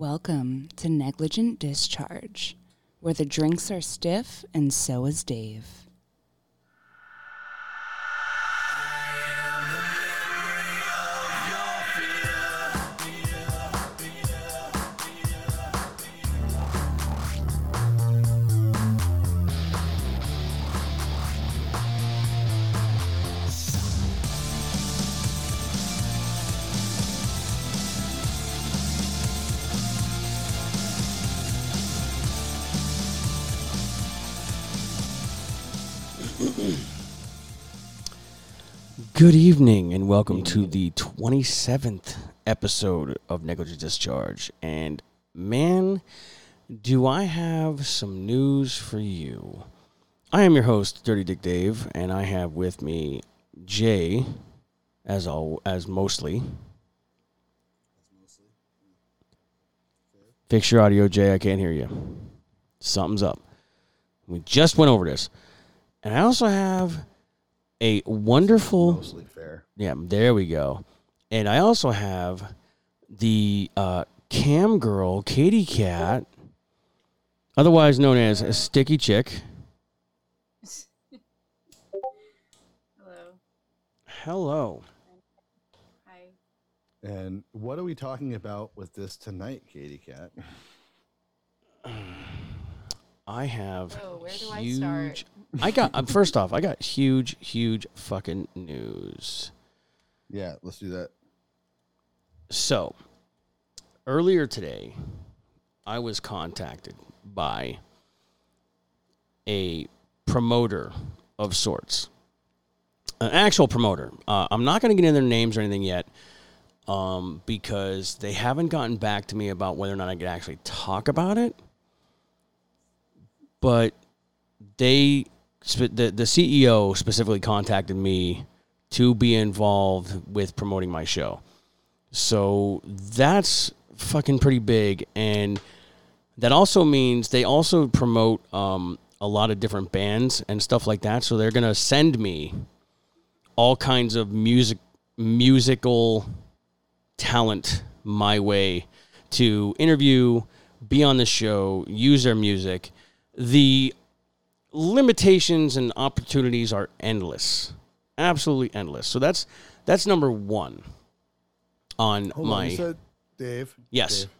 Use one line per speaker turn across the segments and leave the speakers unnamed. Welcome to Negligent Discharge, where the drinks are stiff and so is Dave.
Good evening and welcome to the 27th episode of Negligent Discharge. And man, do I have some news for you. I am your host, Dirty Dick Dave, and I have with me Jay as all as mostly. Fix your audio, Jay. I can't hear you. Something's up. We just went over this. And I also have a wonderful
mostly fair.
Yeah, there we go. And I also have the uh, cam girl, Katie Cat, otherwise known as a Sticky Chick.
Hello.
Hello.
Hi.
And what are we talking about with this tonight, Katie Cat?
I have
Oh, where do I
huge.
start?
I got um, first off, I got huge, huge fucking news.
Yeah, let's do that.
So, earlier today, I was contacted by a promoter of sorts, an actual promoter. Uh, I'm not going to get into their names or anything yet um, because they haven't gotten back to me about whether or not I could actually talk about it. But they, sp- the, the CEO specifically contacted me to be involved with promoting my show. So that's fucking pretty big. And that also means they also promote um, a lot of different bands and stuff like that. So they're going to send me all kinds of music, musical talent my way to interview, be on the show, use their music. The limitations and opportunities are endless, absolutely endless. So that's that's number one on
Hold on,
my
you said Dave.
yes.
Dave,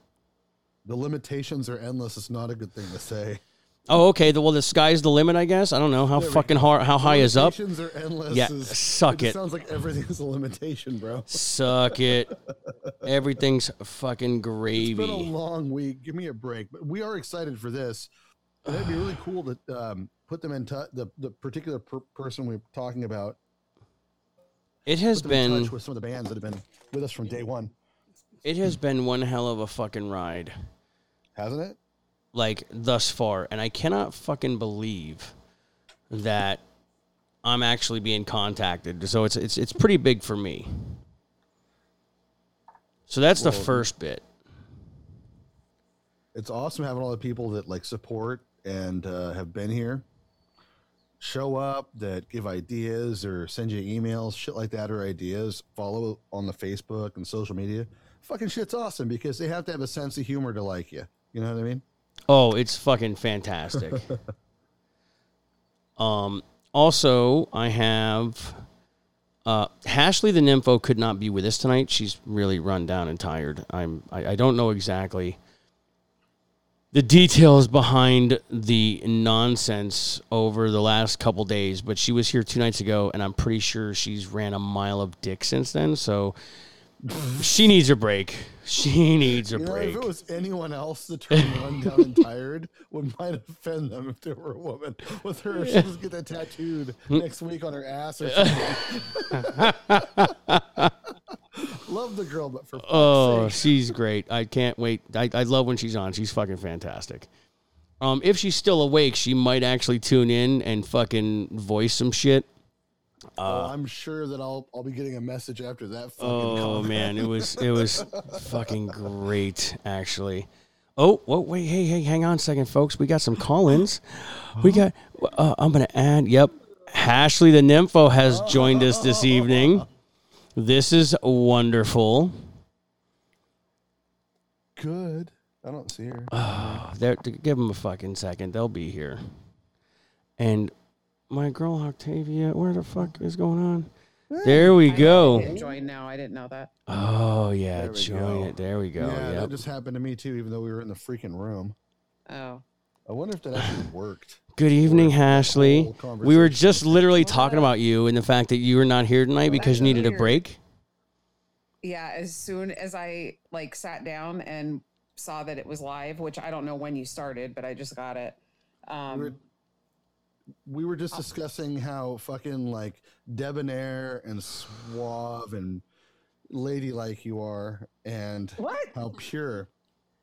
the limitations are endless. It's not a good thing to say.
Oh, okay. The, well, the sky's the limit, I guess. I don't know how
There we
fucking hard, how high is up.
Limitations are endless.
Yeah,
is-
suck
just
it.
Sounds like everything's a limitation, bro.
Suck it. Everything's fucking
It's been a
gravy.
long week. Give me a break. But we are excited for this. And it'd be really cool to um, put them in touch. The, the particular per- person we're talking about
It has
put them in
been
touch with some of the bands that have been with us from day one,
it has been one hell of a fucking ride,
hasn't it?
like thus far, and I cannot fucking believe that I'm actually being contacted. So it's it's it's pretty big for me. So that's the first bit.
it's awesome having all the people that like support and uh, have been here show up that give ideas or send you emails shit like that or ideas follow on the facebook and social media fucking shit's awesome because they have to have a sense of humor to like you you know what i mean
Oh, it's fucking fantastic. um, also, I have uh, Ashley the Nympho could not be with us tonight. She's really run down and tired. I'm. I, I don't know exactly the details behind the nonsense over the last couple days, but she was here two nights ago, and I'm pretty sure she's ran a mile of dick since then. So she needs a break. She needs a
you know
break.
if it was anyone else the term run down and tired would might offend them if there were a woman with her she'll just get that tattooed next week on her ass or something love the girl but for fuck's
Oh, she's great. I can't wait. I, I love when she's on. She's fucking fantastic. Um, if she's still awake, she might actually tune in and fucking voice some shit.
Well, I'm sure that I'll I'll be getting a message after that. Fucking
Uh, Oh
comment.
man, it was it was fucking great actually. Oh, whoa, wait, hey, hey, hang on a second, folks. We got some call-ins. We got. Uh, I'm gonna add. Yep, Ashley the Nympho has joined us this evening. This is wonderful.
good. I don't see her.
Oh, they're, to give them a fucking second. They'll be here. And my girl Octavia, where the fuck is going on? There we
Hmm. I
go.
hit join now. I didn't know that.
Oh yeah,
There we
join
go.
it. There we go.
yeah,
yep.
that just happened to me too. Even though we were in the freaking room,
Oh,
I wonder if that actually worked.
Good evening, Ashley.
Whole
We were just literally talking
What?
about you and the fact that you were not here tonight because you
That's
needed a
weird.
break.
yeah. As soon as I like sat down and saw that it was live, which I don't know when you started, but I just got it. Um,
We were- we were just discussing how fucking like debonair and suave and ladylike you are, and
What?
how pure.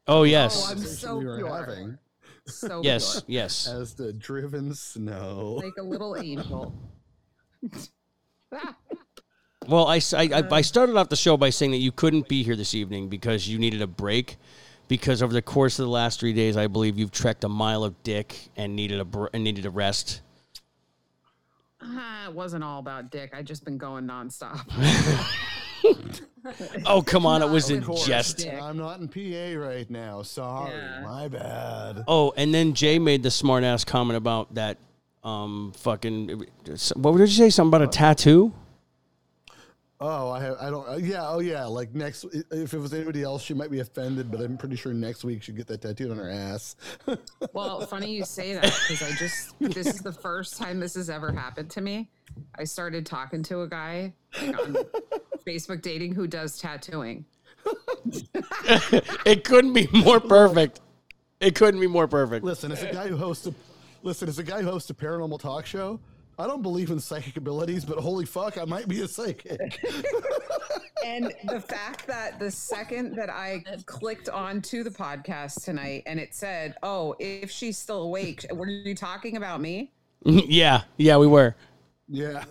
Oh yes,
I'm
conversation
so Uh,
we were
pure.
having
So
yes,
pure.
yes.
as the driven snow.
like a little angel.
Well, I, s- I- I-
Uh.
I started off the show by saying that you couldn't be here this evening because you needed a break. Because over the course of the last three days, I believe you've trekked a mile of dick and needed a br- and needed a rest.
Ah, it wasn't all about dick. I just been going nonstop.
Oh come on, it was
No,
in
of course.
jest.
Dick.
I'm not in PA right now. Sorry,
Yeah.
my bad.
Oh, and then Jay made the smart ass comment about that. Um, fucking. What did you say? Something about a tattoo?
Oh, I have, I don't. uh, yeah, oh yeah. Like next, i- if it was anybody else, she might be offended. But I'm pretty sure next week she'll get that tattooed on her ass.
Well, funny you say that because I just this is the first time this has ever happened to me. I started talking to a guy like, on Facebook dating who does tattooing.
It couldn't be more perfect. It couldn't be more perfect.
listen, as a guy who hosts a, listen, as a guy who hosts a paranormal talk show, I don't believe in psychic abilities, but holy fuck, I might be a psychic.
And the fact that the second that I clicked on to the podcast tonight and it said, "Oh, if she's still awake, were you talking about me?
yeah, yeah, we were.
yeah.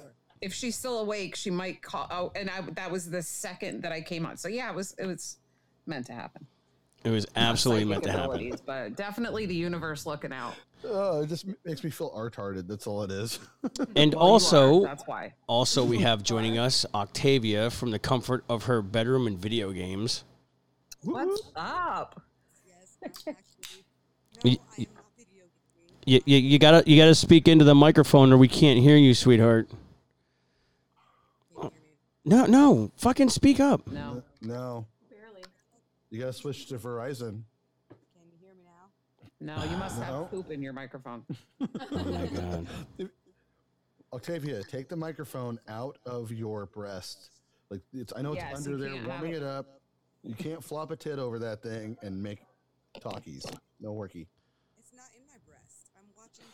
If she's still awake, she might call." Oh, and I that was the second that I came on. So yeah, it was it was meant to happen.
It was absolutely meant to
Psychic
happen.
abilities, But definitely the universe looking out.
Oh, it just m- makes me feel art-hearted. That's all it is.
And
Well, you are,
also,
that's why.
also we have joining us Octavia from the comfort of her bedroom and video games.
What's up?
Yes, I'm actually.
Y-
No, I am not video gaming.
You, you, you gotta you gotta speak into the microphone or we can't hear you, sweetheart.
Can you hear
No,
me?
no, fucking speak up.
No.
No,
Barely.
you gotta switch to Verizon.
Can you hear me now?
No, you must
No.
have poop in your microphone.
Oh my god.
Octavia, take the microphone out of your breast. Like it's, I know it's
Yes,
under
you
there,
can't have
warming
it.
it up. You can't flop a tit over that thing and make talkies. No worky.
It's not in my breast. I'm watching.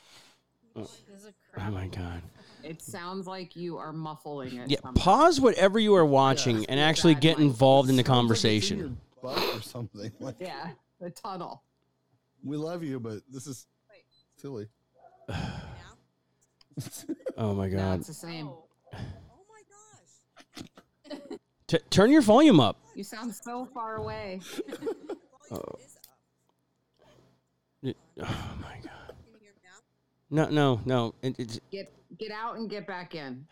This is a
Oh
crap.
my god.
It sounds like you are muffling it.
Yeah,
somehow.
pause whatever you are watching and actually get involved in the conversation.
Sounds like it's in your butt or something. Like,
Yeah, the tunnel.
we love you, but this is
Wait.
silly.
Now?
Oh my
No,
god.
it's the same.
Oh,
Oh my gosh.
T- turn your volume up.
You sound so far away.
The volume is up.
Y- Oh my god.
Can you hear me now?
No, no, no. It, it's,
Get get out and get back in.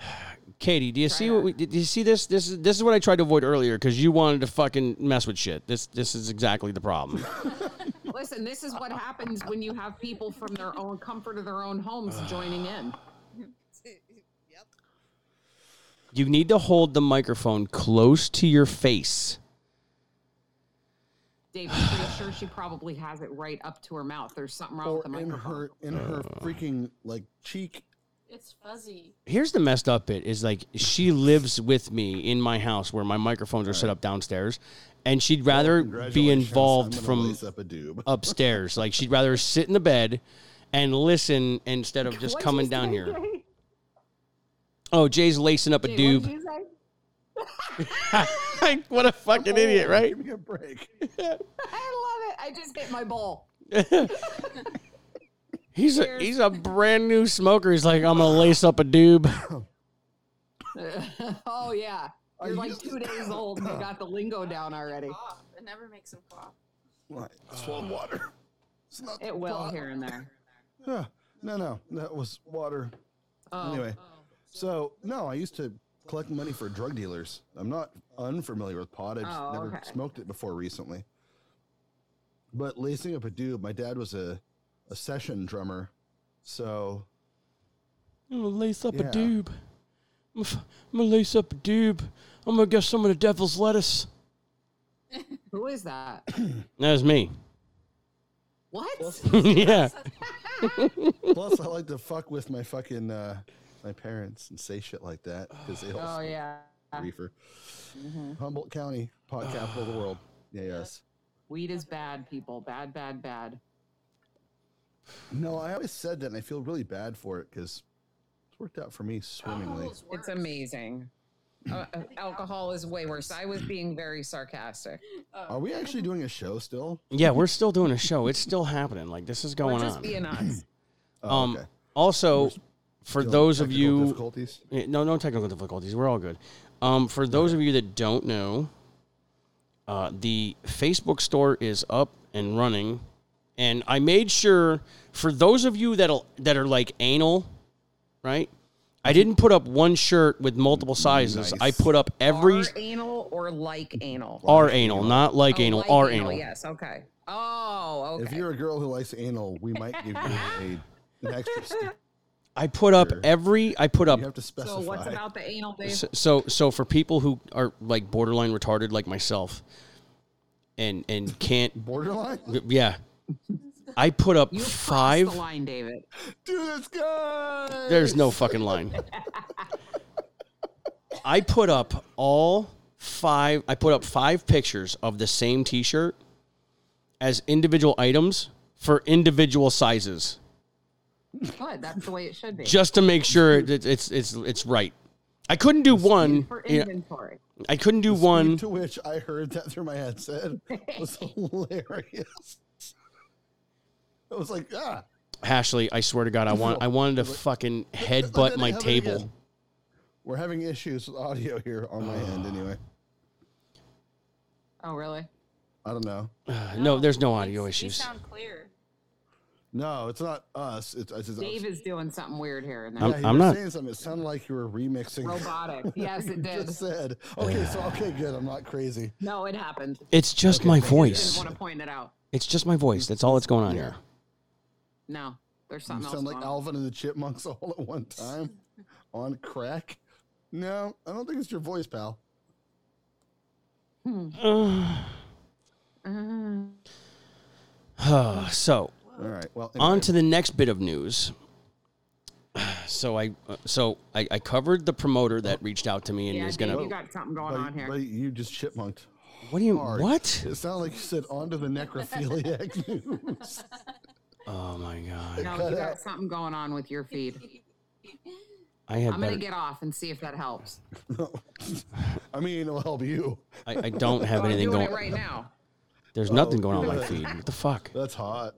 Katie, do you
Try
see what
that.
we? Did you see this? This is this is what I tried to avoid earlier because you wanted to fucking mess with shit. This this is exactly the problem.
Listen, this is what happens when you have people from their own comfort of their own homes joining in.
yep.
you need to hold the microphone close to your face.
Dave, I'm pretty sure she probably has it right up to her mouth. There's something wrong
Or
with the
in
microphone.
her in her freaking like cheek.
it's fuzzy.
Here's the messed up bit: is like she lives with me in my house where my microphones are set up downstairs, and she'd rather be
Congratulations,
involved
I'm gonna
from
lace up a doob.
upstairs. like she'd rather sit in the bed and listen instead of just
What'd
coming
you
down
say,
here.
Jay?
Oh, Jay's lacing up a
Jay, what'd
doob.
you say?
Like, what a fucking idiot, right?
Give me a break.
I love it. I just hit my bowl.
He's a,
Cheers.
he's a brand new smoker. He's like, I'm gonna lace up a doob.
oh yeah.
Are you-
You're like two days old and you got the lingo down already.
Cough. It never makes him cough.
What? Swamp water. It's not
It will here and there.
Yeah. No, no, that was water.
Oh,
Anyway, so no, I used to collect money for drug dealers. I'm not unfamiliar with pot. I just
Oh,
never
okay.
smoked it before recently. But lacing up a dude, my dad was a, a session drummer. So
I'm gonna lace up
Yeah.
a doob. I'm f- I'm gonna lace up a doob. I'm gonna get some of the devil's lettuce.
Who is that?
That was me.
What?
yeah.
plus I like to fuck with my fucking uh, my parents and say shit like that because they
Oh
also
yeah.
reefer.
Mm-hmm.
Humboldt County, pot capital of the world. Yeah, yes.
Weed is bad, people. Bad, bad, bad.
No, I always said that, and I feel really bad for it because it's worked out for me swimmingly.
Alcohol's
It's
worse.
amazing. Uh, uh, alcohol is way worse. I was being very sarcastic.
Oh.
Are we actually doing a show still?
Yeah, we're still doing a show. It's still happening. Like this is going
We're just
on.
being us.
Oh,
um
okay.
also for
Still
those of
technical
you
difficulties.
Yeah, No, no technical difficulties. We're all good. Um, for those of you that don't know, uh, the Facebook store is up and running, and I made sure for those of you that that are like anal, right? I didn't put up one shirt with multiple sizes. I
Nice.
put up every
Are anal or like anal?
R anal, not like
Oh,
anal,
like
R anal.
Yes. Okay. Oh,
If
okay.
you're a girl who likes anal, we might give you a, an extra. Stick.
I put up
Sure.
every. I put up
You have to
So
specify.
what's about the anal, babe?
so, so so for people who are like borderline retarded like myself, and and can't
borderline?
Yeah. I put up
You crossed
five.
the line, David.
Dude, it's good.
There's no fucking line. I put up all five. I put up five pictures of the same t shirt as individual items for individual sizes
Good. That's the way it should be.
just to make sure that it's, it's, it's right. I couldn't do one.
for
you know,
inventory.
I couldn't do
One
one.
to which I heard that through my headset was hilarious. I was like, ah,
Ashley, I swear to God, I want. I wanted to fucking
Let
headbutt
it
my
happen
table.
again. We're having issues with audio here on my end, anyway.
Oh, really?
I don't know.
No, there's no audio
you
issues.
sound clear.
No, it's not us. It's, it's, it's
Dave is doing something weird here and
I'm-
there.
Yeah, you were
not-
saying something. It sounded like you were remixing.
Robotic. Yes, it did.
Just said. Okay, so okay, good. I'm not crazy.
No, it happened.
It's just my
Didn't
voice.
want to point it out.
It's just my voice. That's all that's going on
Yeah.
here.
No, there's
You
something else.
sound like
going on.
Alvin and the Chipmunks all at one time on crack. No, I don't think it's your voice, pal.
Uh, so
All right. Well,
on
anyway,
to the next bit of news. So I, uh, so I, I covered the promoter that reached out to me and
Yeah,
is
Dave,
gonna.
you got something going
buddy,
on here.
buddy, you just chipmunked.
What do you?
hard.
What?
It sounded like you said on to the necrophiliac news.
Oh my god!
no, you got something going on with your feed.
I had
I'm gonna
better.
get off and see if that helps.
I mean, it'll help you.
I, I don't have
I'm
anything
doing
going.
it right now.
There's nothing going on my feed. What the fuck?
That's hot.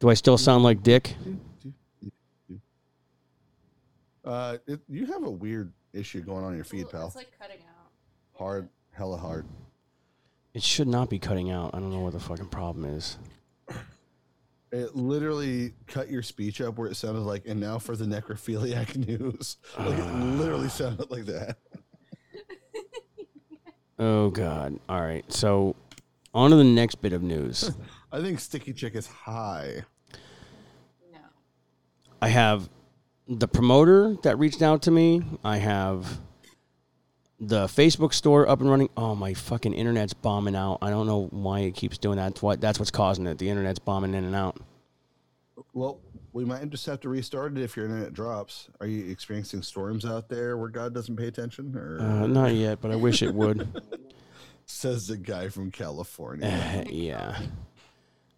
Do I still sound like Dick?
Uh, it, you have a weird issue going on in your feed,
Well,
pal.
It's like cutting out.
Hard, hella hard.
It should not be cutting out. I don't know what the fucking problem is.
It literally cut your speech up where it sounded like, and now for the necrophiliac news. Like,
Ah.
it literally sounded like that.
Oh god! All right. So on to the next bit of news.
I think Sticky Chick is high.
No.
I have the promoter that reached out to me. I have the Facebook store up and running. Oh, my fucking internet's bombing out. I don't know why it keeps doing that. That's what that's what's causing it. The internet's bombing in and out.
Well, we might just have to restart it if your internet drops. Are you experiencing storms out there where God doesn't pay attention? Or
Uh, not yet, but I wish it would.
says the guy from California.
Eh, yeah.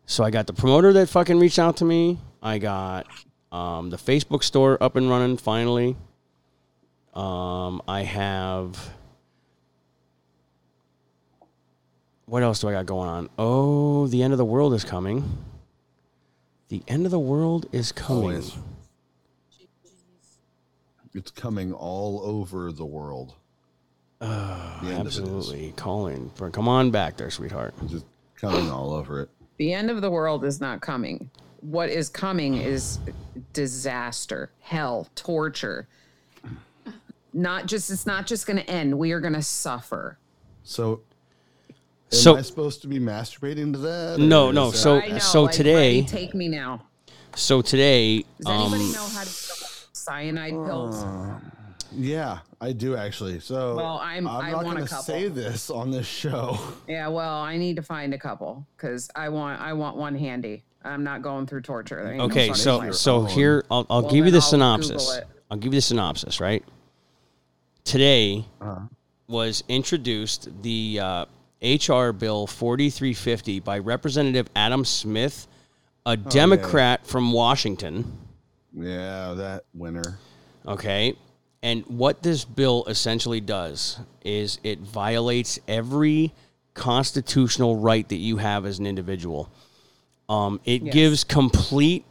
So I got the promoter that fucking reached out to me. I got um, the Facebook store up and running finally. Um, I have. What else do I got going on? Oh, the end of the world is coming. The end of the world is coming.
Always. it's coming all over the world. The end of it is.
Ah, Absolutely. Colin, br- come on back there, sweetheart.
It's just coming all over it.
The end of the world is not coming. What is coming is disaster, hell, torture, not just it's not just going to end. We are going to suffer.
So, am
So-
I supposed to be masturbating to that?
No,
or
no,
is that-
so-
I know,
so
like,
today-
Ronnie, take me now.
So today,
Does anybody
um, uh.
know how to cyanide pills?
yeah, I do actually. So,
Well, I'm-
I'm
I
not
want a
gonna
couple.
say this on this show.
Yeah, well, I need to find a couple because I want I want one handy. I'm not going through torture. There ain't no
okay,
fun in
so
life.
so
own.
here I'll, I'll
Well,
give you
then
the
I'll Google
synopsis.
it.
I'll give you the synopsis. Right. Today
Uh-huh.
was introduced the uh, HR Bill 4350 by Representative Adam Smith,
Oh,
a Democrat from Washington.
Yeah, that winner.
Okay. And what this bill essentially does is it violates every constitutional right that you have as an individual. Um, it gives complete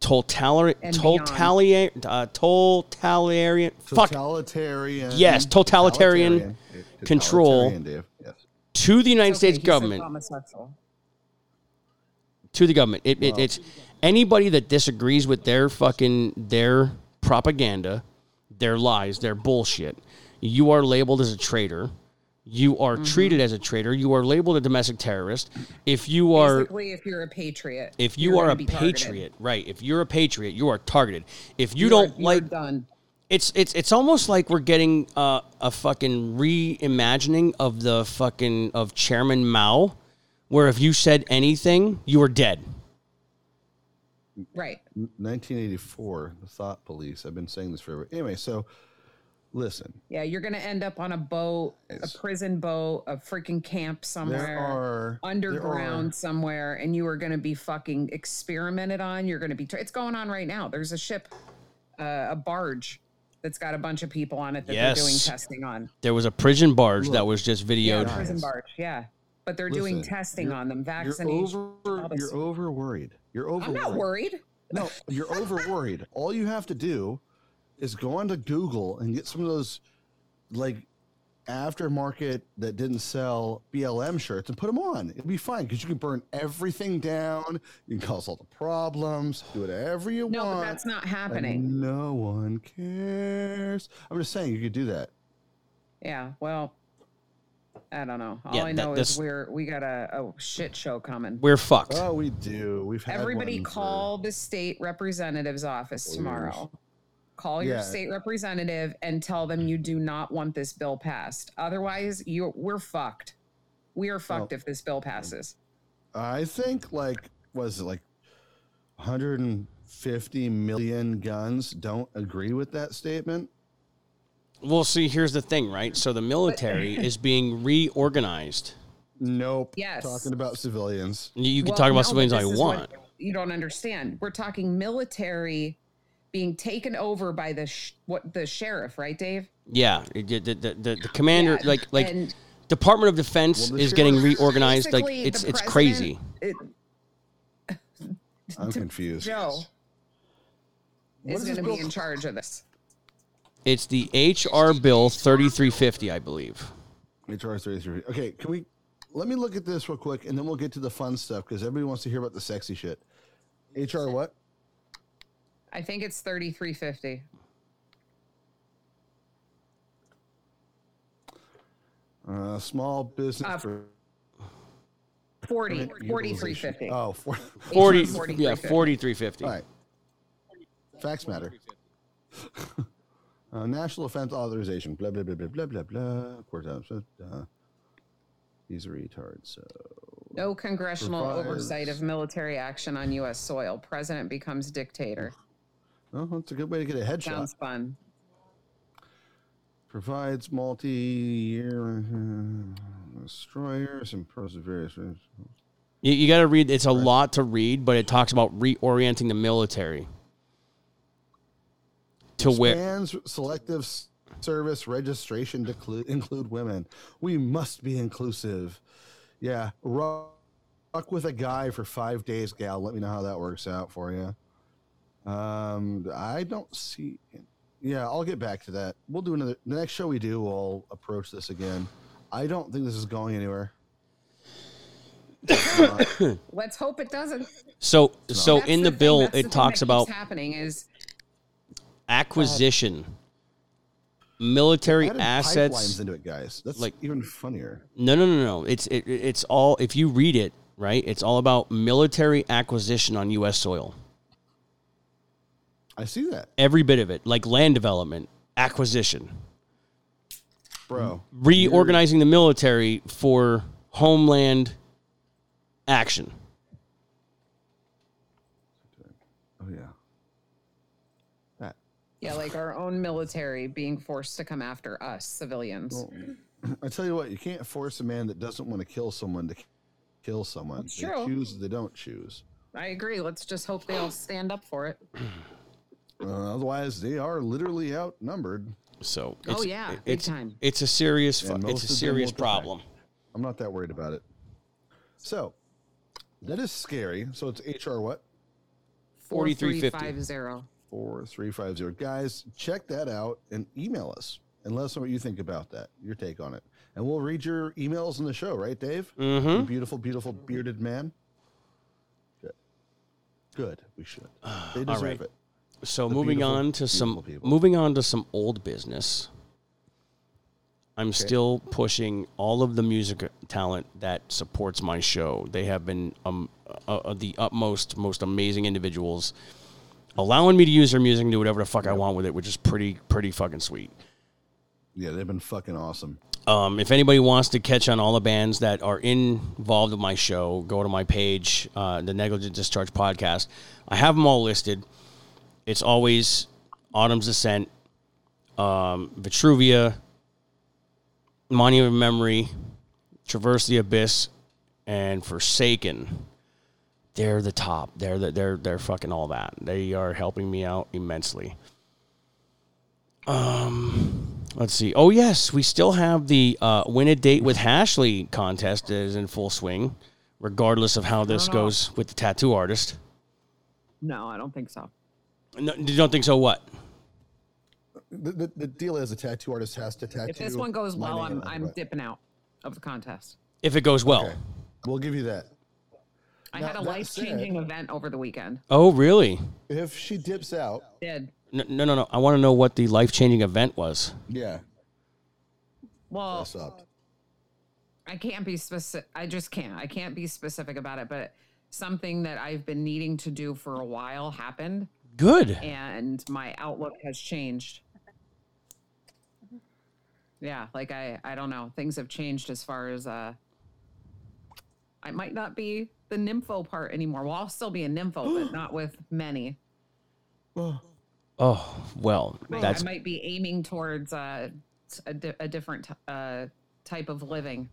totalitarian,
And beyond.
totalitarian, uh, totalitarian, fuck,
Totalitarian.
Yes, totalitarian control.
Totalitarian, Dave. Yes.
to the United
Okay,
States
he said
government.
homosexual.
to the government. It, it, it's anybody that disagrees with their fucking their propaganda, their lies, their bullshit. You are labeled as a traitor. You are
Mm-hmm.
treated as a traitor. You are labeled a domestic terrorist. If you are
Basically, if you're a patriot,
if you
you're
are
gonna
a
be
patriot,
targeted.
right? If you're a patriot, you are targeted. If you,
You're-
don't
you're
like
done.
it's it's it's almost like we're getting uh, a fucking reimagining of the fucking of Chairman Mao, where if you said anything, you were dead.
Right.
1984, the Thought Police. I've been saying this forever. Anyway, so listen,
Yeah, you're gonna end up on a boat,
It's-
a prison boat, a freaking camp
there
somewhere.
are there are-
underground somewhere and you are going to be fucking experimented on you're going to be tra- it's going on right now there's a ship uh, a barge that's got a bunch of people on it that they're doing
Yes.
testing on
There was a prison barge
Look.
that was just
yeah,
videoed.
a prison barge yeah but they're doing
Listen,
testing
you're-
on them
you're
vaccination all
over.
this-
You're over worried. You're over.
i'm not worried
No, you're over worried. All you have to do is go onto Google and get some of those like aftermarket that didn't sell BLM shirts and put them on. It'll be fine because you can burn everything down. You can cause all the problems. Do whatever you
no
want.
but that's not
and
happening
No one cares. I'm just saying you could do that.
yeah well i don't know all
Yeah,
i
that-
know
this-
is we're we got a, a shit show coming
We're fucked.
Oh, we do. We've had
Everybody
one for-
call the state representative's office
Four years.
tomorrow. Call your
Yeah.
state representative and tell them you do not want this bill passed. Otherwise, you we're fucked. We are fucked if this bill passes.
I think like was it like 150 million guns don't agree with that statement.
well, see, here's the thing, right? So the military is being reorganized.
Nope.
Yes.
Talking about civilians.
You, you can
Well,
talk about
no,
civilians
but
all
this
you
is what
want.
You don't understand. We're talking military being taken over by the sh- what the sheriff, right, Dave?
Yeah, it- the, the, the, the commander,
Yeah,
like like
and-
Department of Defense
Well, the
is getting
sheriff-
reorganized. Like
Basically,
it's
the
it's
president-
crazy.
It,
I'm confused.
Joe
What
is
is this
going to
bill
be in
called?
charge of this.
It's the HR Bill 3350, I believe.
HR 33. Okay, can we let me look at this real quick and then we'll get to the fun stuff because everybody wants to hear about the sexy shit. HR what?
I think it's 3350.
Uh, small business
Uh,
for
40,
utilization.
4350.
Oh, four.
40,
It's on
yeah,
4350.
4350.
All right. Facts matter. uh, national offense authorization. Blah blah blah blah blah blah blah. Of course, I'm so- uh, he's a retard. So
No congressional
Provides-
oversight of military action on U.S. soil. President becomes dictator.
oh, that's a good way to get a headshot.
Sounds fun.
Provides multi-year uh, destroyers and perseverance.
You, you got to read. It's a lot to read, but it talks about reorienting the military to where.
Expands selective s- service registration to clu- include women. We must be inclusive. Yeah, rock with a guy for five days, gal. Let me know how that works out for you. Um, I don't see. Yeah, I'll get back to that. We'll do another. The next show we do, we'll approach this again. I don't think this is going anywhere.
Let's hope it doesn't.
So, so
That's
in the
thing-
bill,
that's the
it
thing
talks
that keeps
about
happening is
acquisition military
Added
assets.
pipelines into it, guys. That's
like-
like even funnier.
No, no, no, no. It's it, it- it's all if you read it right, it's all about military acquisition on U.S. soil.
I see that,
Every bit of it, like land development, acquisition,
bro.
reorganizing the military for homeland action. Mm-hmm.
Oh yeah. That.
Yeah, like our own military being forced to come after us civilians.
Well, I tell you what, you can't force a man that doesn't want to kill someone to kill someone.
That's
they
true.
choose, they don't choose.
I agree. Let's just hope they all stand up for it.
Uh, otherwise, they are literally outnumbered.
So
Oh,
it's-
yeah, big
it's
time.
it's a serious fu-
And most
it's a
of them
serious
will die.
problem.
I'm not that worried about it. So, that is scary. So it's HR what?
4350.
4350.
4350. Guys, check that out and email us and let us know what you think about that, your take on it. And we'll read your emails in the show, right, Dave?
Mm-hmm.
You beautiful, beautiful bearded man. Good. Good. We should. They deserve
right.
it.
So
The
moving
beautiful,
on to some
beautiful people.
moving on to some old business. I'm still pushing all of the music talent that supports my show. They have been um, uh, uh, the utmost, most amazing individuals, allowing me to use their music and do whatever the fuck I want with it, which is pretty, pretty fucking sweet.
Yeah, they've been fucking awesome.
Um, if anybody wants to catch on all the bands that are involved with my show, go to my page, uh, the Negligent Discharge Podcast. I have them all listed. It's always Autumn's Ascent, um, Vitruvia, Monument of Memory, Traverse the Abyss, and Forsaken. They're the top. They're the, they're they're fucking all that. They are helping me out immensely. Let's see. Oh yes, we still have the uh, win a date with Ashley contest that is in full swing, regardless of how this goes with the tattoo artist.
No, I don't think so.
No, you don't think so? What?
The, the, the deal is a tattoo artist has to tattoo.
If this one goes
my
well,
name
I'm
on it,
I'm
but-
dipping out of the contest.
If it goes well.
Okay. Oh. We'll give you that.
I
Now,
had a
that
life changing event over the weekend.
Oh really?
If she dips out,
Did
No, no, no. no. I want to know what the life changing event was.
yeah,
well.
that's up.
I can't be specific. I just can't. I can't be specific about it. But something that I've been needing to do for a while happened,
Good.
and my outlook has changed. Yeah, like I, I don't know. Things have changed as far as uh, I might not be the nympho part anymore. Well, I'll still be a nympho, but not with many.
Oh well,
Like,
that's
I might be aiming towards uh, t- a, di- a different t- uh, type of living.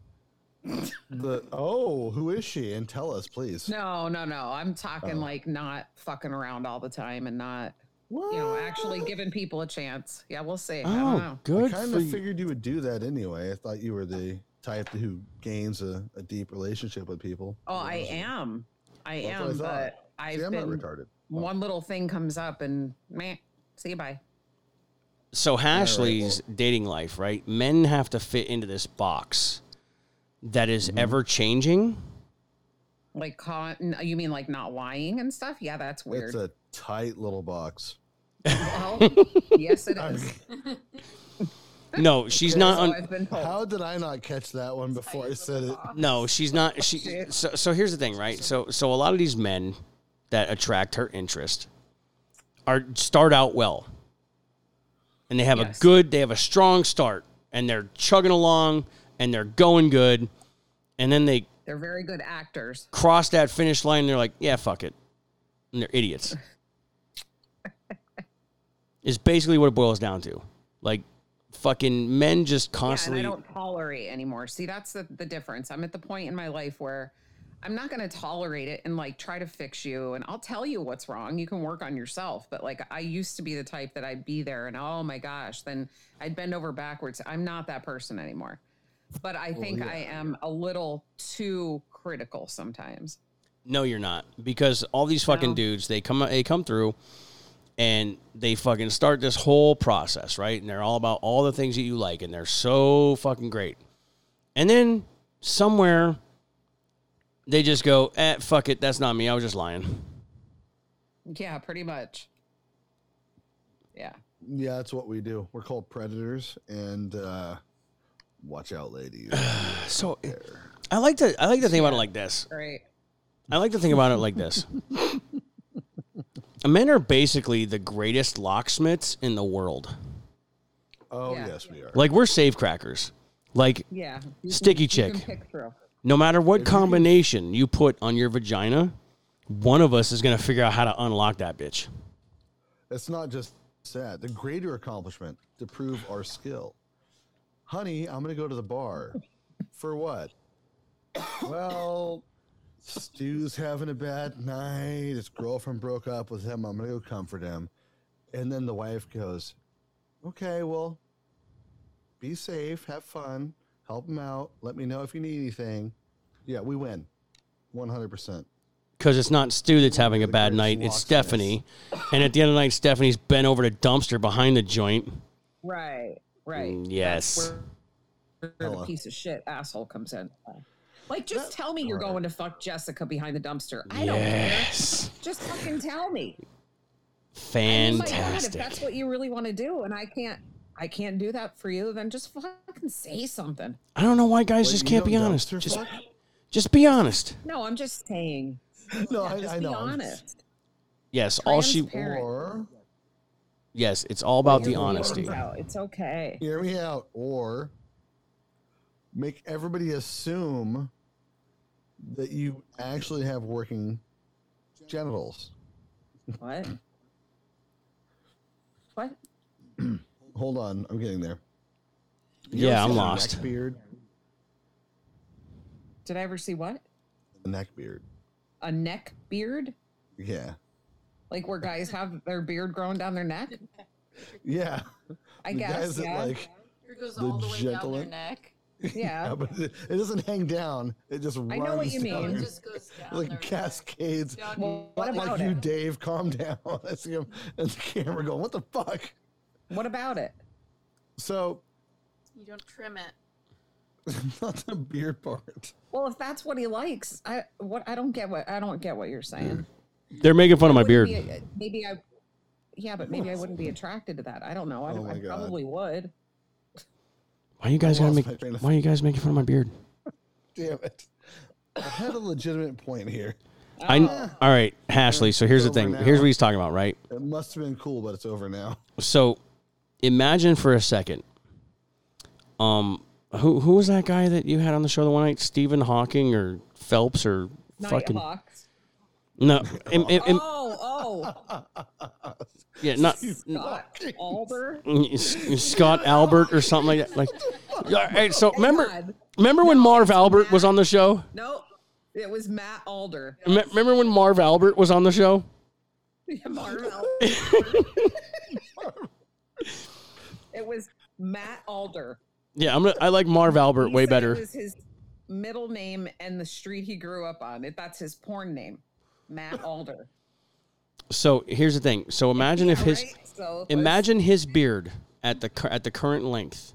The oh, who is she? And tell us, please.
No, no, no. I'm talking
Oh.
like not fucking around all the time and not,
What?
you know,
Oh.
actually giving people a chance. Yeah, we'll see. I don't
oh
know.
I
good
kind
for
of
you.
figured you would do that anyway. I thought you were the type who gains a, a deep relationship with people.
Oh, I am. I
That's what I thought.
am, but I've
See, I'm not
been
retarded.
one little thing comes up and meh, see you bye.
So Ashley's dating life, right? Men have to fit into this box that is ever changing.
Like, con- n- you mean like not lying and stuff? Yeah, that's weird.
It's a tight little box.
well, yes, it is.
No, she's not.
So
on.
I've been told.
How did I not catch that one before I said it?
No, she's not. She. So, so here's the thing, right? So, so a lot of these men that attract her interest are start out well, and they have
Yes.
a good, they have a strong start, and they're chugging along, and they're going good, and then they
They're very good actors.
cross that finish line, and they're like, yeah, fuck it, and they're idiots. is basically what it boils down to, like. Fucking men just
Yeah, and
constantly.
I don't tolerate anymore. See, that's the, the difference. I'm at the point in my life where I'm not going to tolerate it and like try to fix you. And I'll tell you what's wrong. You can work on yourself. But like, I used to be the type that I'd be there and oh my gosh, then I'd bend over backwards. I'm not that person anymore. But I think I am a little too critical sometimes.
No, you're not, because all these fucking
No.
dudes they come they come through, and they fucking start this whole process right, and they're all about all the things that you like, and they're so fucking great, and then somewhere they just go, eh, fuck it, that's not me, I was just lying.
Yeah, pretty much. Yeah.
Yeah, that's what we do. We're called predators, and uh, watch out, ladies.
So I like to I like to think about it like this.
Right.
I like to think about it like this. Men are basically the greatest locksmiths in the world.
oh
Yeah.
yes, we are.
Like we're safecrackers. Like
Yeah. You
Sticky
you can
chick.
pick through.
no matter what combination you put on your vagina, one of us is gonna figure out how to unlock that bitch.
It's not just that. The greater accomplishment to prove our skill. Honey, I'm gonna go to the bar. For what? well, Stu's having a bad night. His girlfriend broke up with him. I'm gonna go comfort him. And then the wife goes, Okay, well, be safe, have fun, help him out, let me know if you need anything. Yeah, we win. One hundred percent.
Because it's not Stu that's having a
the
bad
greatest
night, it's Stephanie.
locksmiths.
And at the end of the night, Stephanie's bent over the dumpster behind the joint.
Right. Right.
Mm, Yes.
Where, where the
Hello.
piece of shit asshole comes in. Like, just tell me you're
Right.
going to fuck Jessica behind the dumpster. I don't care.
Yes.
Just fucking tell me. I mean, my God, if
Fantastic.
that's what you really want to do, and I can't, I can't do that for you, then just fucking say something.
I don't know why guys
Wait,
just
you
can't be
don't
honest.
dumpster
Just,
fuck?
just be honest.
No, I'm just saying.
No,
Yeah, just
I, I
be
know. I'm just-
honest.
Yes, all she.
Transparent. parent.
Or
Yes, it's all about the
Hear what
honesty.
comes out. It's okay.
hear me out or make everybody assume that you actually have working genitals
What? What?
hold on i'm getting there
Yeah,
ever
I'm
seen a
lost.
neck beard
Did I ever see what?
a neck beard
A neck beard?
yeah
Like where guys have their beard growing down their neck?
yeah
I
The guys
guess.
that,
Yeah.
like
Here goes
The
all the way
gentleman?
down their neck.
yeah.
yeah, but it, it doesn't hang down it just runs
know what you
down
mean.
It
your-
just goes down their
like
neck.
cascades
Down
Well,
your-
what
like
about
you
it?
dave calm down i see him and the camera going what the fuck
What about it?
so
You don't trim it.
not the beard part
Well, if that's what he likes, I what I don't get what I don't get what you're saying.
They're making fun of Mm. my
Wouldn't
beard.
be a- maybe I. Yeah, but maybe I wouldn't be attracted to that. I don't know. I,
Oh
don't-
my
I
God.
probably would.
Why you guys
I
gotta
lost
make?
my train of
Why you guys making fun of my beard?
Damn it. I had a legitimate point here.
Oh.
I. All right, Ashley. So here's the thing.
Over now.
Here's what he's talking about, right?
It must have been cool, but it's over now.
So, imagine for a second. Um, who who was that guy that you had on the show the one night? Stephen Hawking or Phelps or fucking
Nighthawks.
no? im- im- im-
Oh, oh,
yeah, not
fuck. Alder.
Scott Albert or something like that. Like, all right, so remember,
God.
remember when Marv Albert was on the show?
Nope. It was Matt Alder.
Me- Remember when Marv Albert was on the show?
Marvel. it was Matt Alder.
Yeah, I'm gonna, I like Marv Albert
He
way
said It
better.
was his middle name and the street he grew up on. It, that's his porn name, Matt Alder.
So here's the thing. So imagine if
Yeah,
his
right? So let's-
imagine his beard at the cur- at the current length,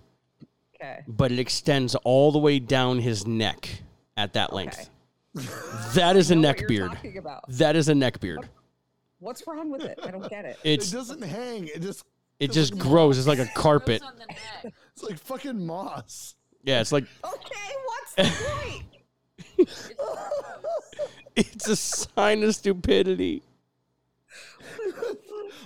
Okay.
but it extends all the way down his neck at that length. That is a
Know what
neck
you're
beard.
talking about.
That is a neck beard.
What's wrong with it? I don't get it.
It
It's
doesn't hang. It just
it just grows. It's like a
Goes
carpet.
on the neck.
it's like fucking moss.
Yeah, it's like
Okay, what's the point?
it's a sign of stupidity.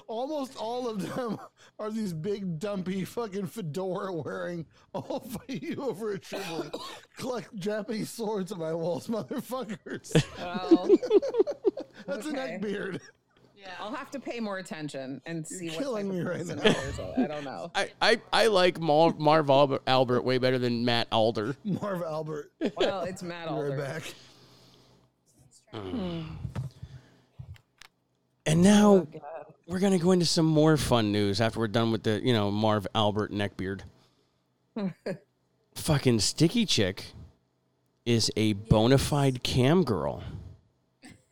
Almost all of them are these big dumpy fucking fedora wearing all fight over a tribble. Collect Japanese swords on my walls, motherfuckers.
Well,
That's a
Okay.
neck beard.
Yeah.
I'll have to pay more attention and see what
killing
type
me
of
right
person
now.
it is. I don't know.
I, I, I like Mar- Marv Albert, Albert way better than Matt Alder.
Marv Albert,
Well, it's Matt
we're
Alder.
back.
And now
Oh,
we're gonna go into some more fun news after we're done with the you know Marv Albert neckbeard. Fucking sticky chick is a bona fide cam girl.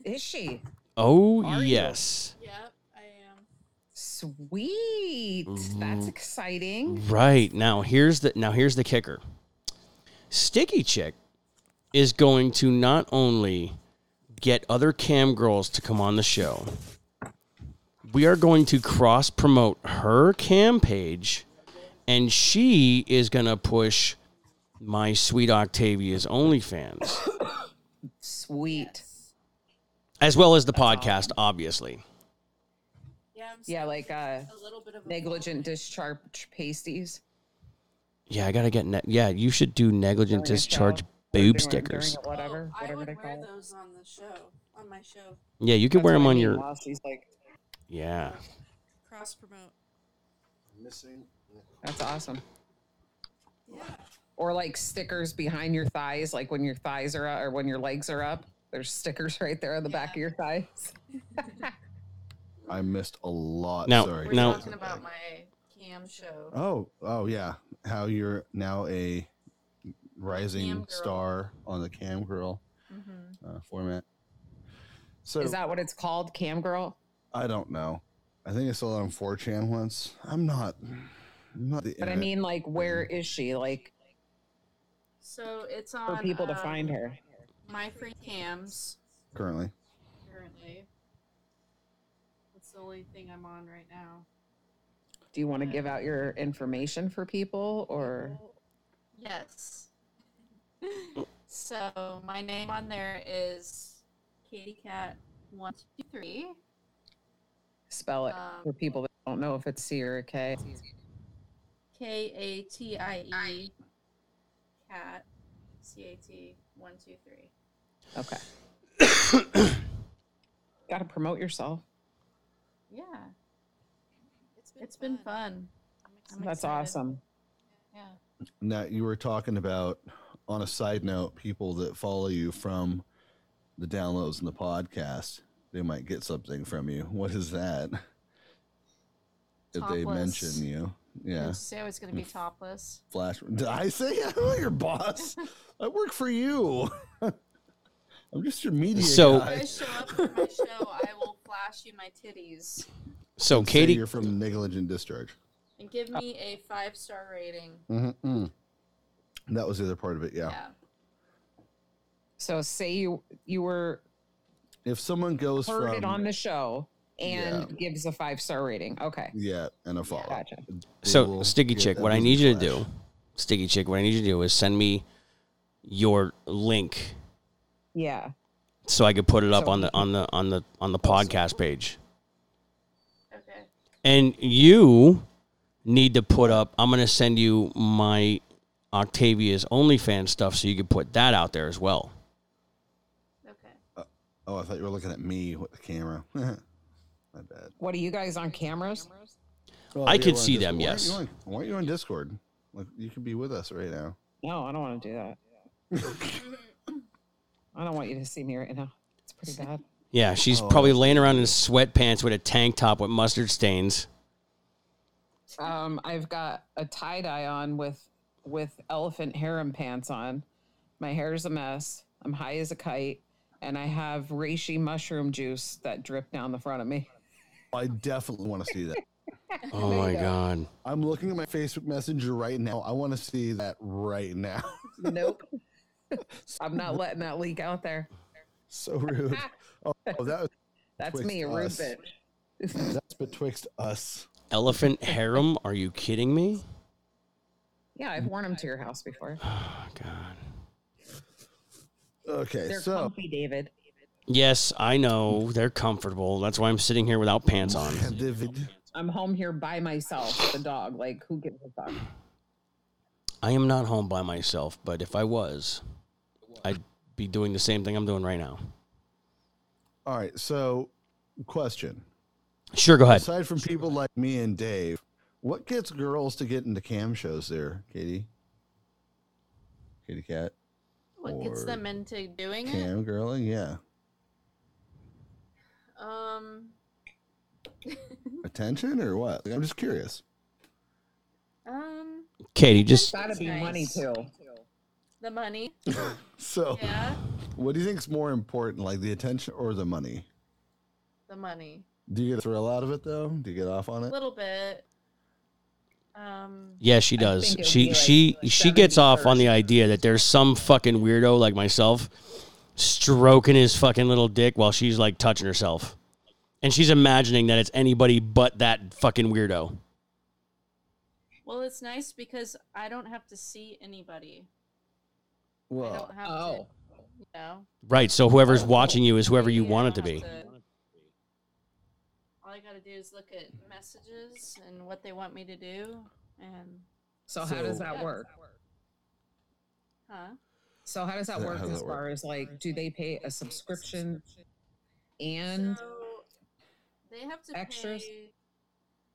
Is she?
Oh
Are you?
yes,
Yep, I am.
Sweet.
Mm-hmm.
That's exciting.
right now here's the now here's the kicker. Sticky chick is going to not only get other cam girls to come on the show, we are going to cross promote her cam page, and she is going to push my sweet Octavia's OnlyFans,
Sweet.
Yes.
as well as the podcast, obviously.
Yeah, I'm
Yeah,
still
like uh,
a little bit of a
negligent
fool.
discharge pasties.
Yeah, I gotta get. Ne- yeah, you should do negligent
During a
discharge
show, or
boob
during-
stickers.
during a whatever,
Oh, I
whatever
would
they
wear
call it.
those on the show, on my show.
Yeah, you can
That's
wear them
what I
on
mean,
your.
Losty's like,
Yeah,
Cross promote.
Missing.
that's awesome.
Yeah.
Or like stickers behind your thighs, like when your thighs are up or when your legs are up. There's stickers right there on the back of your thighs.
I missed a lot.
Now-
Sorry.
We're
now-
talking about my cam show.
Uh,
Oh, oh yeah. How you're now a
Cam
rising
girl.
star on the cam girl
hmm
uh, format. So
Is that what it's called, cam girl?
I don't know. I think I saw it on 4chan once. I'm not. I'm not the.
But I
internet.
mean, like, where is she? Like
So it's
for
on
people to
um,
find her.
My free cams
currently.
currently. That's the only thing I'm on right now.
Do you want to give out your information for people, or
Yes. so my name on there is Katie Cat one two three.
spell it
Um,
for people that don't know if it's C or a K?
K A T I E cat C A T one two three.
Okay. Got to promote yourself.
Yeah,
It's been
it's been fun. I'm
That's
excited.
awesome.
Yeah.
Now you were talking about on a side note, people that follow you from the downloads and the podcast, they might get something from you. What is that? If they
Topless.
mention you, yeah.
Did you say I was going to be topless?
Flash. Did I say I'm not your boss? I work for you. I'm just your media
So-
If you
guy.
guys show up for my show, I will flash you my titties
So
Say
Katie,
you're from negligent discharge.
and give
Uh,
me a five star rating.
Mm-mm. Mm-hmm. That was the other part of it. Yeah.
Yeah.
So say you you were
If someone goes
heard
from
it on the show and
Yeah.
gives a five star rating. Okay,
yeah and a follow.
gotcha.
they
so
will
sticky
get
chick,
that
what I
business
need you to
flash.
do, sticky chick, what I need you to do is send me your link
Yeah,
so I could put it up
So-
on the on the on the on the podcast page.
Okay.
And you need to put up. I'm gonna send you my Octavia's OnlyFans stuff so you can put that out there as well.
Okay.
Oh, I thought you were looking at me with the camera. My bad.
what are you guys on cameras?
I could see them, yes.
Why aren't, you on, why aren't you on Discord? Like you could be with us right now.
No, I don't want to do that. I don't want you to see me right now. It's pretty bad.
Yeah, she's
Oh,
probably laying around in sweatpants with a tank top with mustard stains.
Um, I've got a tie dye on with with elephant harem pants on. My hair's a mess. I'm high as a kite, and I have reishi mushroom juice that dripped down the front of me.
I definitely want to see that.
Oh my god.
I'm looking at my Facebook Messenger right now. I want to see that right now.
Nope, I'm not letting that leak out there.
so rude. Oh, that was,
That's
Twist
me, a rude
us.
bitch.
that's betwixt us.
Elephant harem? Are you kidding me?
Yeah, I've worn them to your house before.
Oh god.
Okay,
They're
so
comfy, David.
Yes, I know. They're comfortable. That's why I'm sitting here without pants on.
David,
I'm home here by myself, with the dog. Like, who gives a fuck?
I am not home by myself, but if I was, I'd be doing the same thing I'm doing right now.
All right, so question.
Sure, go ahead.
Aside from people like me and Dave, what gets girls to get into cam shows there, Katie? Katie Cat?
What gets
Or
them into doing it?
Cam girling? Yeah.
Um,
Attention or what? Like, I'm just curious.
um,
Katie, just
Gotta be
Nice.
money too.
the money.
Oh.
So,
Yeah,
what do you think's more important, like the attention or the money?
the money.
Do you get a thrill out of it though? Do you get off on
A
Uh.
it?
little bit. Um,
yeah, she does.
think it would
She
be like
she she gets off on the idea that there's some fucking weirdo like myself stroking his fucking little dick while she's like touching herself. and she's imagining that it's anybody but that fucking weirdo.
Well, it's nice because I don't have to see anybody. I
Well,
don't have
Oh,
to, you know.
Right. So whoever's watching you is whoever you
Yeah, I
want it to
don't
be.
have all I gotta do is look at messages and what they want me to do, and
so how does
So-
that work?
huh?
So how does that
Yeah,
work
how does
as
that work?
far as like, do they pay a subscription and
so they have to
extras?
pay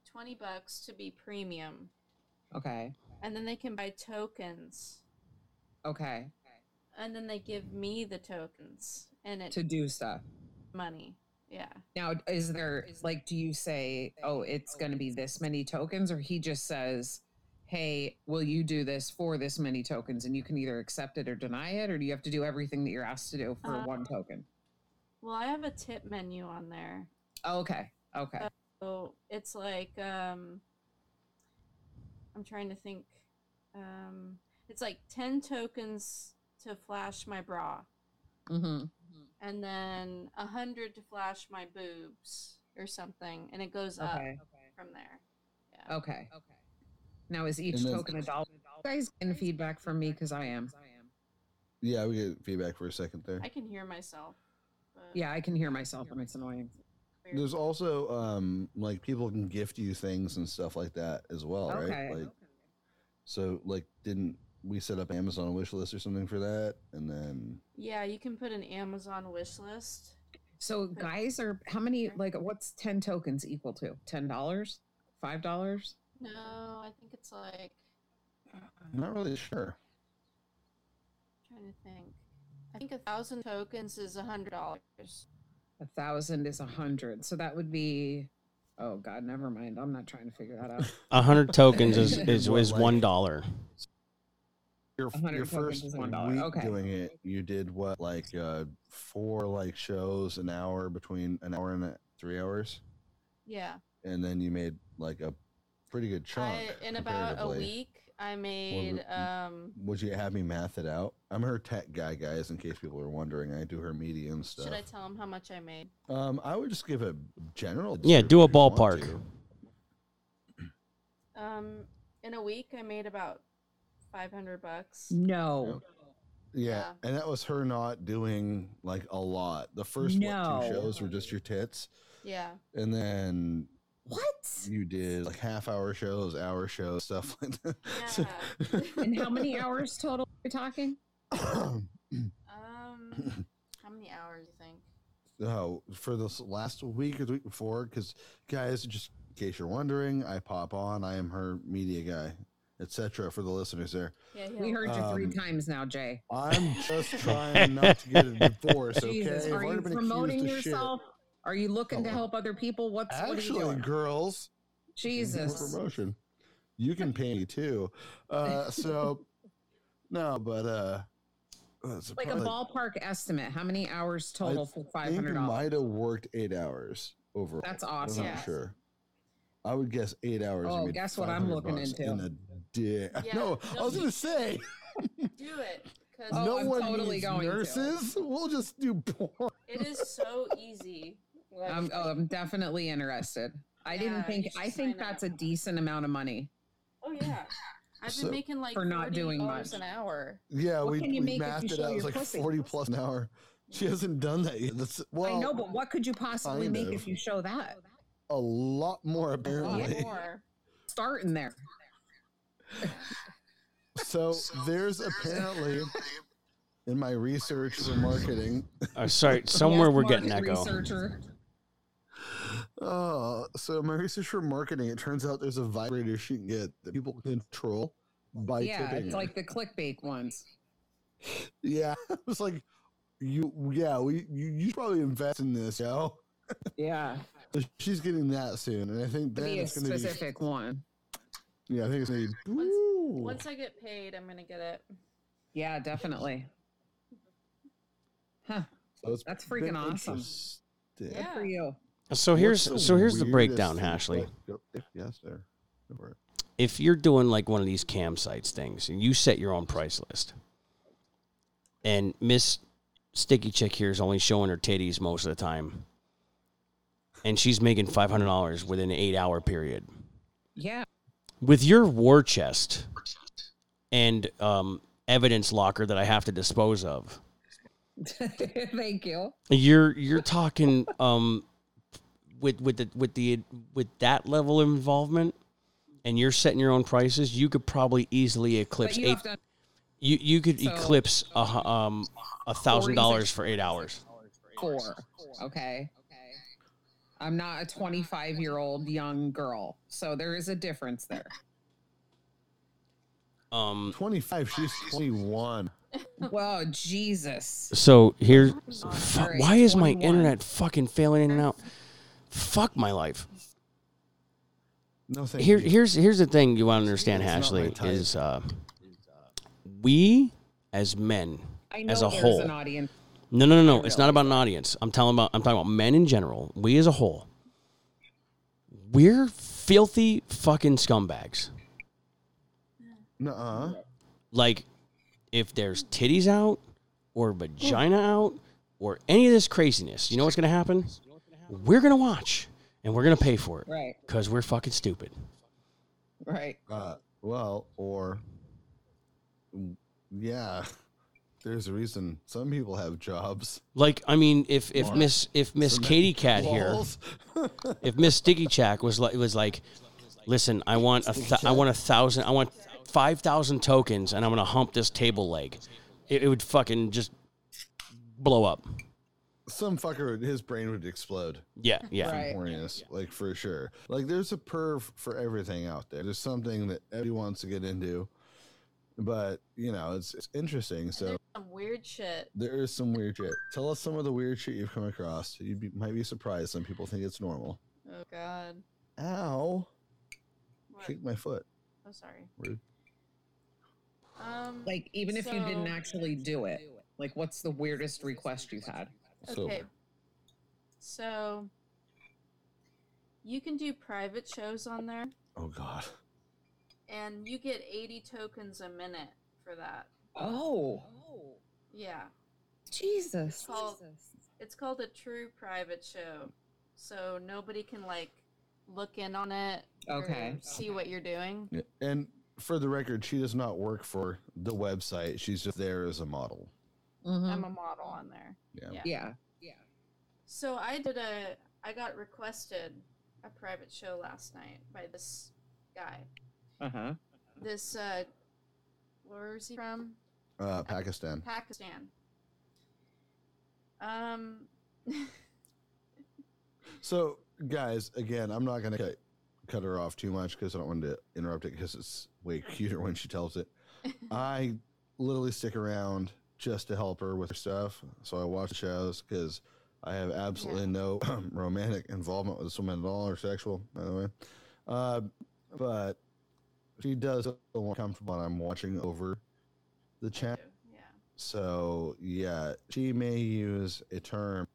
twenty bucks to be premium,
okay,
and then they can buy tokens,
okay,
and then they give me the tokens, and it's
to do stuff?
money. Yeah.
Now, is there like, do you say, oh, it's going to be this many tokens, or he just says, hey, will you do this for this many tokens, and you can either accept it or deny it, or do you have to do everything that you're asked to do for
Uh,
one token?
Well, I have a tip menu on there.
Oh, okay, okay,
So it's like um I'm trying to think um it's like 10 tokens to flash my bra
hmm
and then 100 to flash my boobs or something and it goes up
okay,
from there. Yeah.
okay, okay. Now, is each
And then-
token a dollar? You guys getting feedback from me because I am.
yeah, we get feedback for a second there.
I can hear myself. But
Oh. Yeah, I can hear myself, and it's annoying.
weird.
There's also um like people can gift you things and stuff like that as well,
Okay.
right? Like so like didn't we set up Amazon wish list or something for that and then
yeah, you can put an Amazon wish list.
So guys are how many like what's 10 tokens equal to? $10? $5?
No, I think it's like
I'm not really sure.
trying to think. I think a thousand tokens is a hundred dollars.
A thousand is a hundred. So that would be oh god, never mind. I'm not trying to figure that
Uh,
out.
A hundred tokens is is,
What,
is
like-
one dollar.
Your,
A hundred
your
tokens
first
is
week
one dollar. Okay.
doing it, you did what like uh four like shows an hour between an hour and a, three hours,
Yeah.
and then you made like a pretty good chunk.
I, in about a
comparatively.
week, I made
it-
um.
Would you have me math it out? I'm her tech guy, guys. In case people are wondering, I do her medium stuff.
Should I tell him how much I made?
Um, I would just give a general.
Yeah, do a
description if you want
ballpark.
to.
Um, in a week, I made about five hundred bucks.
Mm. No.
Yeah.
Yeah.
and that was her not doing like a lot. The first what,
No.
two shows were just your tits,
Yeah,
and then
What?
you did like half hour shows, hour shows, stuff like that. So-
And how many hours total are we talking?
Um, how many hours do you think?
oh, for this last week or the week before, because guys, just in case you're wondering, I pop on. I am her media guy, etc. For the listeners there,
Yeah,
We heard you three
Um,
times now, Jay.
I'm just trying not to get a divorce. Okay,
Jesus,
I've
are
already
you
been accused
promoting
of shit.
yourself? Are you looking to
Oh.
help other people? What's what are you
Actually,
doing?
girls,
Jesus.
More promotion. You can pay me too. Uh, so no, but uh, it's
Like a
probably-
ballpark estimate. How many hours total for
I
five
think you
hundred dollars?
might have worked eight hours overall.
That's
I'm
awesome.
not
Yeah.
sure. I would guess eight hours. and
Oh,
made
guess what I'm
500
looking
bucks
into.
In a day.
Yeah,
no, I was
no.
gonna say
Do it because
Oh,
no
I'm
one
totally
needs
going to.
nurses. We'll just do porn.
it is so easy. Like,
I'm, oh, I'm definitely interested. I didn't
Yeah,
think.
you should
I think
sign up.
that's a decent amount of money.
oh yeah, I've been
So-
making like
For not
$40
doing much.
an hour.
Yeah,
What
we,
can you
we
make if
mathed
you
it
show
out. It was
your
like
pussy?
forty plus an hour. She hasn't done that yet. That's well,
I know, but what could you possibly
kind
make
of.
if you show that?
a lot more
A lot
apparently.
more.
Start in there.
So there's apparently in my research for marketing,
Uh, sorry, somewhere
Yes,
we're getting
market
echo.
Researcher.
oh, so my research for marketing, it turns out there's a vibrator you can get that people control by
yeah,
tipping.
it's like the clickbait ones.
yeah, it was like you. Yeah, we you, you should probably invest in this, yo.
Yeah,
So she's getting that soon, and I think
to
then
be a
it's going to
specific one.
be. Yeah, I think it's going to be.
Once-
Ooh.
Once I get paid, I'm gonna get it.
Yeah, definitely. Huh?
So it's
That's freaking
been
awesome.
interesting.
Good
Yeah.
for you.
So here's
What's
so here's the
weirdest
breakdown,
thing-
Ashley.
Yes, sir. Go for it.
if you're doing like one of these campsites things and you set your own price list and miss sticky chick here is only showing her titties most of the time and she's making five hundred dollars within an eight hour period.
Yeah.
With your war chest and um, evidence locker that I have to dispose of,
Thank you.
you're you're talking um, with with the with the with that level of involvement, and you're setting your own prices. You could probably easily
But
eclipse
you
eight.
have to
You you could
So-
eclipse a hu- um a thousand dollars for eight hours.
four. Okay. I'm not a 25 year old young girl. So there is a difference there.
Um,
25. She's 21.
Whoa, Jesus.
So here, fu-
Alright,
why is my
21.
internet fucking failing in and out? Fuck my life.
No, thank
Here,
you.
here's here's the thing you want to understand,
It's not my
Ashley,
type.
is uh, we as men,
I know
as a
there's
whole.
an
No,
audience.
no, no, no. It's not about an audience. I'm telling about. I'm talking about men in general. We as a whole, we're filthy fucking scumbags.
Nuh-uh.
like if there's titties out or vagina out or any of this craziness, you know what's gonna happen? We're gonna watch and we're gonna pay for it
Right,
because we're fucking stupid.
right.
Uh, well, or yeah, there's a reason some people have jobs.
Like I mean, if if
Mark.
Miss if Miss
Some
Katie Cat here,
Walls.
if Miss Sticky Chack was like was like, listen, I want a th- I want a thousand, I want five thousand tokens, and I'm gonna hump this table leg. It, it would fucking just blow up.
some fucker, his brain would explode.
Yeah, yeah.
Right.
Horniness, like for sure. Like there's a perv for everything out there. There's something that everyone wants to get into, but you know, it's it's interesting. So
There's some weird shit.
there is some weird shit. Tell us some of the weird shit you've come across. You be, might be surprised. Some people think it's normal.
Oh god.
Ow!
What?
Kick my foot.
Oh sorry.
Rude.
Um
Like, even if you didn't
So-
actually do it, like, what's the weirdest request you've had?
Okay. So you can do private shows on there
Oh god.
and you get 80 tokens a minute for that.
Oh,
Yeah.
Jesus.
Called- It's called a true private show. So nobody can like look in on it or
Okay.
see what you're doing.
Yeah. And for the record, she does not work for the website. She's just there as a model. Mm-hmm.
Mhm.
I'm a model on there.
Yeah.
Yeah.
Yeah.
So I did a I got requested a private show last night by this guy.
Uh
Uh-huh.
huh.
This uh where is he from?
Uh, Pakistan.
Pakistan. Um,
So, guys, again, I'm not going to cut, cut her off too much because I don't want to interrupt it because it's way cuter when she tells it. I literally stick around just to help her with her stuff. So I watch the shows because I have absolutely no romantic involvement with this woman at all or sexual, by the way. Uh, but she does feel more comfortable and I'm watching over the
yeah.
chat. So yeah, she may use a term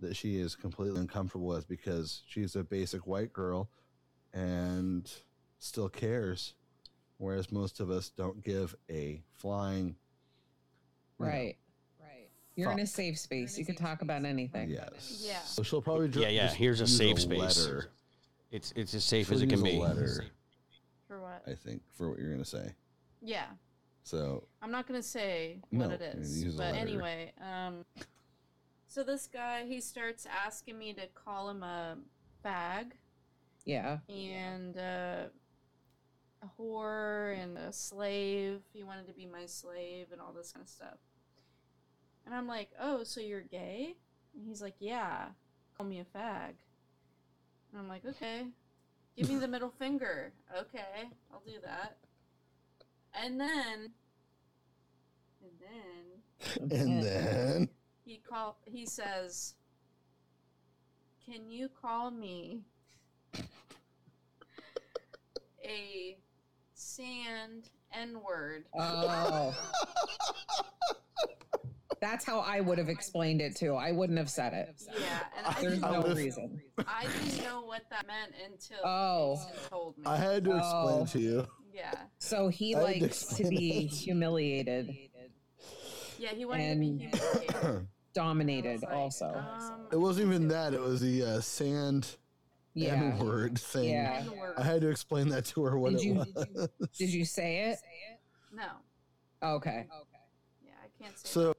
that she is completely uncomfortable with because she's a basic white girl and still cares, whereas most of us don't give a flying. you know,
Right. Right. You're in a
Fuck.
safe space. You could talk about anything.
Yes.
Yeah.
So she'll probably ju-
Yeah, yeah,
just
here's a
use
safe space.
letter.
It's it's as safe
She'll
as it can
use a
be.
letter,
For what?
I think for what you're gonna say.
Yeah.
So
I'm not gonna say
No,
what it
I mean,
is,
use a
but
letter.
anyway, um, so this guy he starts asking me to call him a fag
Yeah.
and uh, a whore and a slave. He wanted to be my slave and all this kind of stuff. And I'm like, oh, so you're gay? And he's like, yeah. Call me a fag. And I'm like, okay. Give me the middle finger. Okay, I'll do that. And then, and then
and then
he call he says can you call me a sand n word
Oh. That's how I would have explained it too. I wouldn't have said it.
yeah and i
There's
didn't,
I
no
was-
reason.
I didn't know what that meant until
Oh.
Jason told me
I had to explain
Oh.
to you.
yeah
So he
I had to
likes to
explain
be
it.
humiliated.
yeah he wanted to be
And-
humiliated
dominated
like,
also.
um,
It wasn't even that. It was the uh, sand
yeah.
N word thing.
Yeah.
N word.
I had to explain that to her what
Did
it
you-
was.
did Did you say it?
No.
Okay.
Yeah, I can't say.
So,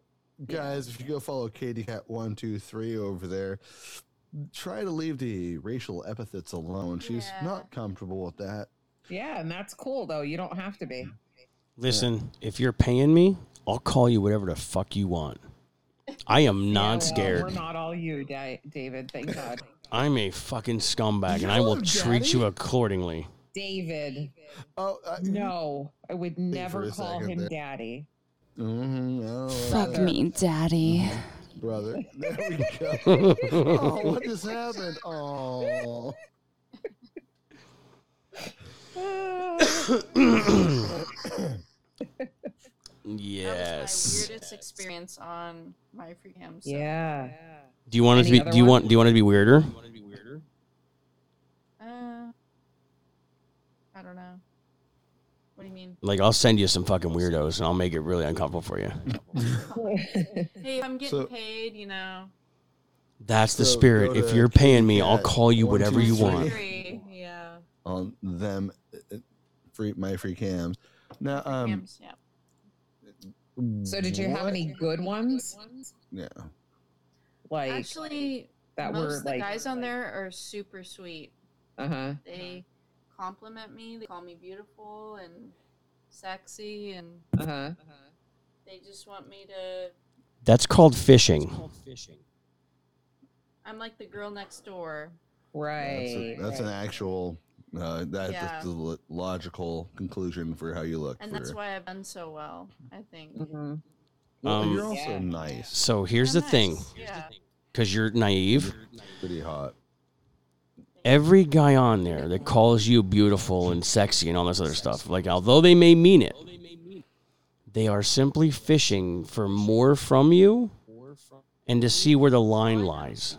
Yeah.
guys, if you go follow Katie Cat one two three over there, try to leave the racial epithets alone. She's
Yeah.
not comfortable with that.
Yeah, and that's cool though. You don't have to be.
Listen, if you're paying me, I'll call you whatever the fuck you want. I am
Yeah,
not
well,
scared.
We're not all you, Da- David. Thank God.
I'm a fucking scumbag, and I will
Yo,
treat
Daddy.
you accordingly.
David.
Oh, I,
No, I would never
a
call
second
him
there.
daddy.
Mhm, oh,
Fuck
brother,
me, daddy.
brother. There we go.
All
oh, what just happened? Oh,
Ah.
That
yes.
was my weirdest experience on my free cam. So
yeah.
Do you want it to
Any
be?
other
Do you
one?
want? Do you want it to be weirder?
Uh, I don't know. What do you mean?
Like I'll send you some fucking weirdos, and I'll make it really uncomfortable for you.
Hey, if I'm getting
So-
paid, you know.
That's the
So
spirit.
go
If
to
you're paying me, I'll
KitKat
call you
one,
whatever
two,
you
three.
want.
Free, yeah.
on them, uh, free my free cams. Now, um,
Cams, yeah.
So did you have
what-
any good ones?
Yeah.
Like
Actually,
that
most
were
of the
like
guys on there are super sweet.
uh-huh.
They compliment me. They call me beautiful and sexy, and
Uh-huh. uh-huh.
they just want me to.
That's called fishing.
I'm like the girl next door.
That's,
Right.
a- that's an actual. Uh, that,
Yeah.
That's the lo- logical conclusion for how you look.
And
for,
that's why I've done so well, I think.
hmm
Well,
Um,
you're also
Yeah.
nice.
So here's the
I'm
thing,
nice, Yeah.
because you're naive.
Pretty hot.
Every guy on there that calls you beautiful and sexy and all this other stuff, like although they may mean it, they are simply fishing for more from you, and to see where the line lies.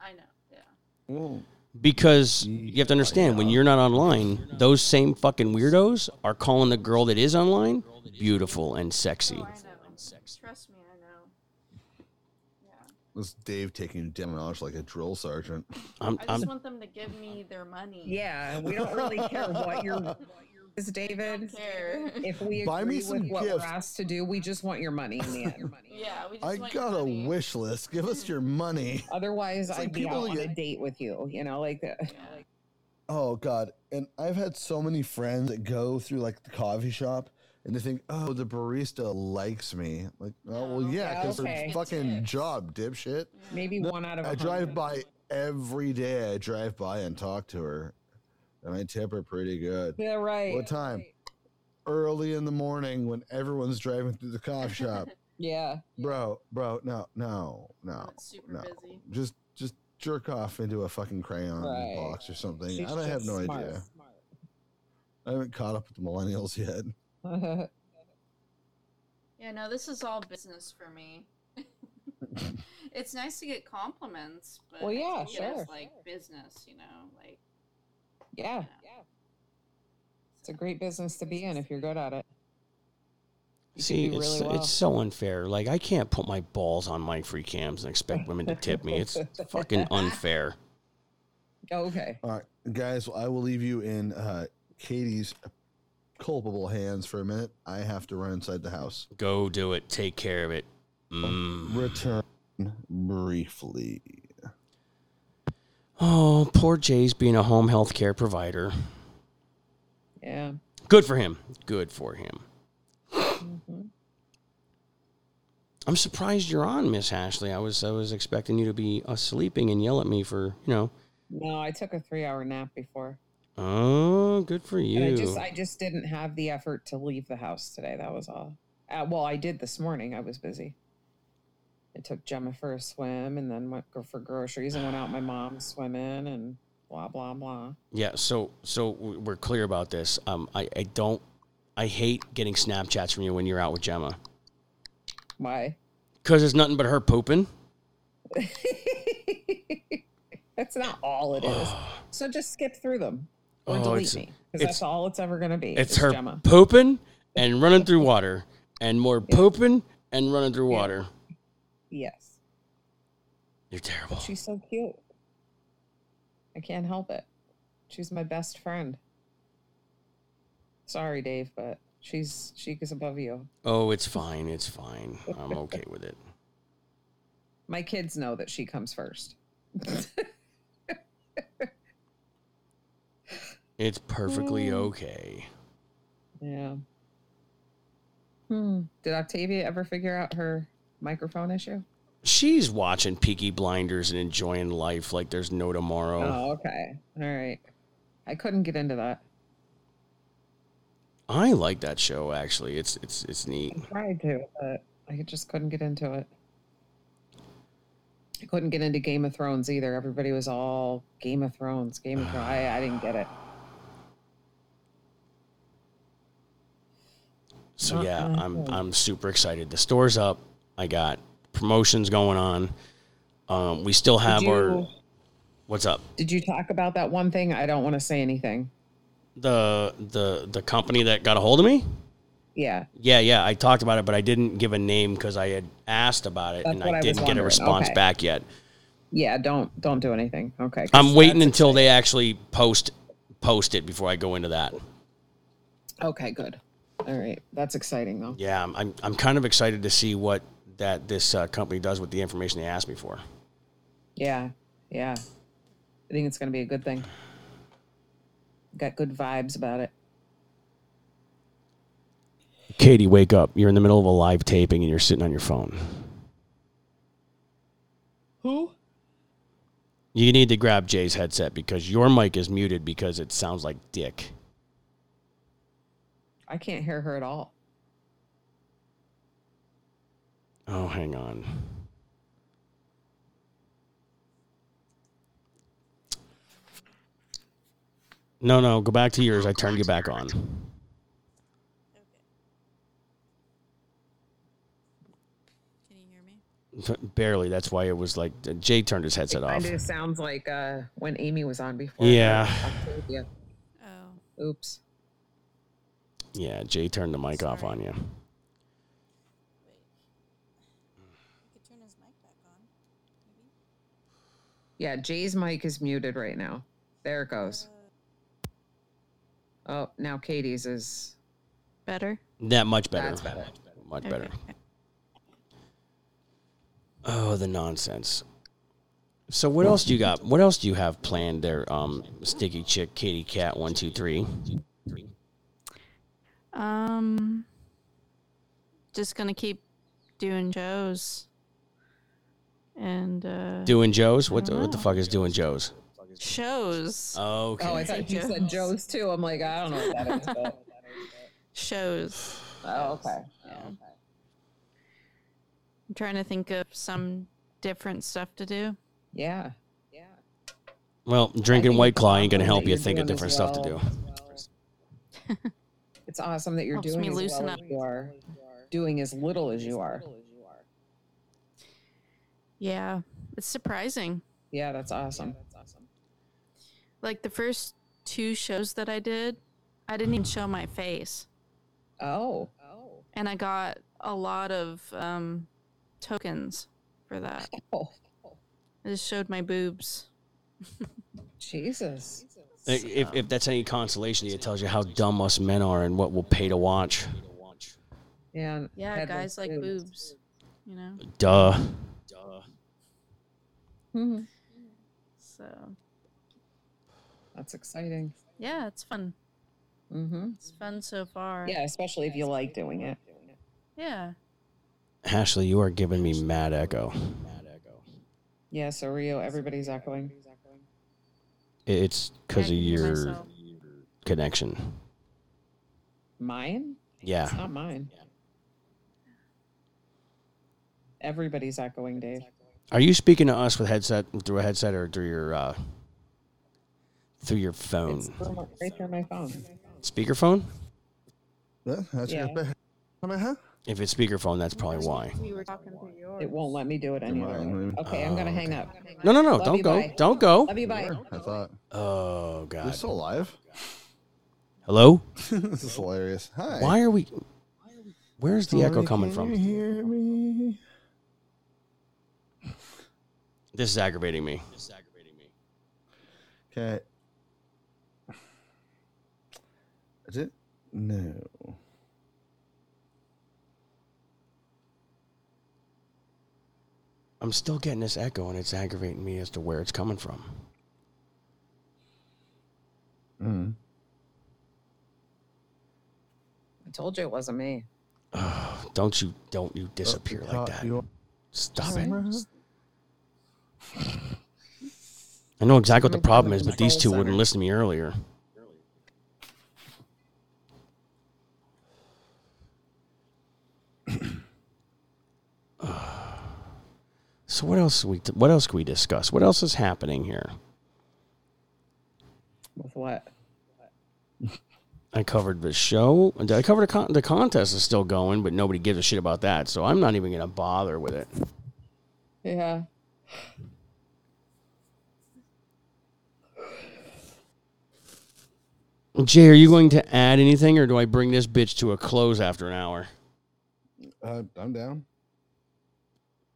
I know. Yeah.
Well,
Because you have to understand, when you're not online, those same fucking weirdos are calling the girl that is online beautiful and sexy.
Oh, I know. Trust me, I know. Yeah.
was Dave taking demolish like a drill sergeant?
I'm,
I just
I'm,
want them to give me their money.
Yeah, we don't really care what your what your is,
I
David.
don't care.
If we
Buy me
agree
some
with what we're
gifts.
asked to do, we just want your money in the end.
Yeah, we just
I
want
got a
money.
wish list. Give us your money.
Otherwise,
It's like
I'd be out
people
on a
get-
date with you. You know, like uh,
Yeah.
Oh God! And I've had so many friends that go through like the coffee shop and they think, "Oh, the barista likes me." Like, oh well,
No.
yeah,
Yeah,
because
okay.
her fucking
Tips.
job, dipshit.
Yeah.
maybe
No,
one out of.
I
a
drive
hundred.
by every day. I drive by and talk to her, and I tip her pretty good.
Yeah, right.
What time? Early in the morning when everyone's driving through the coffee shop.
Yeah.
bro, bro, no, no,
Oh,
no,
it's super
no.
busy.
Just, just jerk off into a fucking crayon
Right.
box or something.
She's
I don't have
just
no
smart.
idea. I haven't caught up with the millennials yet.
Yeah, no, this is all business for me. it's nice to get compliments, but
Well,
I
yeah,
take it as,
sure.
like business, you know, like
yeah. It's a great business to be in if you're good at it. You could
see,
do
it's,
really well.
it's so unfair. Like, I can't put my balls on my free cams and expect women to tip me. It's fucking unfair.
okay.
All right, guys, I will leave you in uh, Katie's culpable hands for a minute. I have to run inside the house.
Go do it. Take care of it. Mm.
Return briefly.
Oh, poor Jay's being a home health care provider.
Yeah.
Good for him. Good for him.
Mhm.
I'm surprised you're on, Miss Ashley. I was I was expecting you to be uh, sleeping and yell at me for you know.
No, I took a three-hour nap before,
Oh, good for you.
and I just I just didn't have the effort to leave the house today. That was all. Uh, well, I did this morning. I was busy. I took Gemma for a swim, and then went go- for groceries, and went out with my mom swimming, and blah blah blah.
yeah. So so w- we're clear about this. Um, I I don't. I hate getting Snapchats from you when you're out with Gemma
Why?
because it's nothing but her pooping.
that's not all it is. So just skip through them or
Oh,
delete
it's-
me because
it's-
that's all it's ever going to be.
It's
is
her
Gemma.
pooping and running through water and more
Yeah.
pooping and running through
Yeah.
water.
Yes.
You're terrible.
She's so cute. I can't help it. She's my best friend. Sorry, Dave, but she's she is above you.
Oh, it's fine. It's fine. I'm okay with it.
My kids know that she comes first.
It's
Mm.
perfectly okay.
Yeah. Hmm. Did Octavia ever figure out her microphone issue?
She's watching Peaky Blinders and enjoying life like there's no tomorrow.
Oh, okay. All right. I couldn't get into that.
I like that show actually. It's it's it's neat.
I tried to, but I just couldn't get into it. I couldn't get into Game of Thrones either. Everybody was all Game of Thrones, Game of Thrones. I, I didn't get it.
So yeah,
Uh-uh.
I'm I'm super excited. The store's up. I got promotions going on. Um, we still have
Did
our
you-
what's up
Did you talk about that one thing? I don't want to say anything.
the the the company that got a hold of me.
Yeah,
Yeah, yeah, I talked about it, but I didn't give a name because I had asked about it
That's
and
what I
I
was
didn't get a
wondering.
response
Okay.
back yet.
yeah. Don't don't do anything. Okay. 'cause
I'm waiting
that's-
until they actually post post it before I go into that.
Okay, good. All right, that's exciting though.
Yeah, I'm I'm, I'm kind of excited to see what that this uh, company does with the information they asked me for.
Yeah, yeah. I think it's going to be a good thing. Got good vibes about it.
Katie, wake up! You're in the middle of a live taping and you're sitting on your phone.
Who?
You need to grab Jay's headset because your mic is muted because it sounds like dick.
I can't hear her at all.
Oh, hang on. No, no, go back to yours. I turned you back on.
Okay. Can you hear me?
Barely. That's why it was like Jay turned his headset off.
Kind of sounds like uh, when Amy was on before. her.
Yeah.
Octavia.
Oh,
Oops.
Yeah, Jay turned the mic off
Sorry.
on you.
wait. I could turn his mic back on. Maybe.
Yeah, Jay's mic is muted right now. There it goes. Oh, now Katie's is.
Better.
That much better.
That's better.
Much
Okay.
better. Oh, the nonsense. So what else do you got? What else do you have planned there? Um, Sticky Chick, Katie Cat, one, two, three.
Um, just gonna keep doing shows, and uh,
Doing Joe's. What the,
don't
what the
know.
fuck is doing Joe's?
shows,
Okay.
Oh, I thought you said Joe's too. I'm like, I don't know what that is. But...
shows.
Oh, okay.
Yeah. I'm trying to think of some different stuff to do.
Yeah. Yeah.
well,
I
drinking
think
White
it's
Claw ain't gonna
awesome
help
that
you
you're
think of
doing
different
as
stuff to
well-
do.
as well. it's awesome that you're
Helps
doing
me
as
loosen
well
up.
as you are doing as little as you are.
Yeah, it's surprising.
Yeah, that's awesome.
Like the first two shows that I did, I didn't even show my face,
Oh.
and I got a lot of um, tokens for that.
Oh.
I just showed my boobs.
Jesus.
I- If, if that's any consolation, to you, it tells you how dumb us men are and what we'll pay to watch.
Yeah. and
Yeah,
headless
guys like
boobs.
boobs. You know,
Duh.
Mhm.
so
That's exciting.
yeah, it's fun.
Mm-hmm.
It's fun so far.
Yeah, especially if you like doing it.
Yeah.
Ashley, you are giving me mad echo.
Yeah, so Rio, everybody's echoing.
It's because of
can hear
your
myself.
connection.
Mine?
Yeah.
It's not mine. Everybody's echoing, Dave.
Are you speaking to us with headset through a headset or through your uh, through your phone
It's through my- right through my phone.
speakerphone?
Huh? That's your
Yeah.
bad. Am I, huh?
If it's speakerphone, that's probably why.
We were talking through yours.
It won't let me do it any other way.
Mine.
Okay, I'm gonna
Oh,
hang
okay.
up.
No, no, no!
Love
don't
you,
go!
bye.
Don't go!
Love you. Bye.
I thought
Oh
you're
God!
still alive.
Hello?
this is hilarious. Hi.
Why are we? Where's the echo
Sorry,
coming
can
from?
You hear me?
This is aggravating me. This is aggravating me.
Okay. Is it? No.
I'm still getting this echo, and it's aggravating me as to where it's coming from.
Mm.
I told you it wasn't me.
don't you, don't you disappear
Uh,
like that?
you-
Stop it. I know exactly what the
Maybe
problem
the
is, but these two
control
wouldn't
center.
listen to me earlier. so what else we what else can we discuss? What else is happening here?
With what?
I covered the show. I covered a con- the contest is still going, but nobody gives a shit about that. So I'm not even going to bother with it.
Yeah.
Jay, are you going to add anything, or do I bring this bitch to a close after an hour?
Uh, I'm down.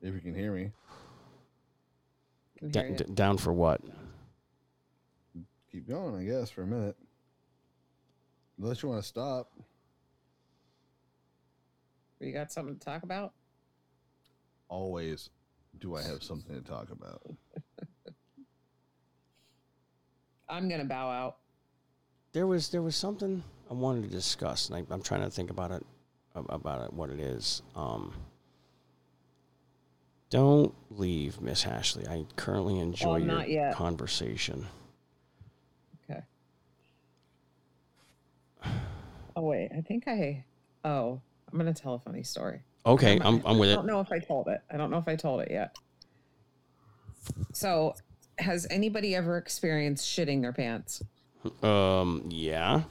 If you can hear me,
Can
D-
hear you.
d- down for what?
keep going. I guess for a minute. Unless you want to stop.
you got something to talk about?
Always, do I have something to talk about?
I'm gonna bow out.
There was there was something I wanted to discuss, and I, I'm trying to think about it ab- about it, what it is. Um, don't leave, Miss Ashley. I currently enjoy your
not yet.
conversation.
Okay. Oh wait, I think I. Oh, I'm gonna tell a funny story.
Okay, I'm I'm with
I
it.
don't know if I told it. I don't know if I told it yet. So, has anybody ever experienced shitting their pants?
Um, yeah.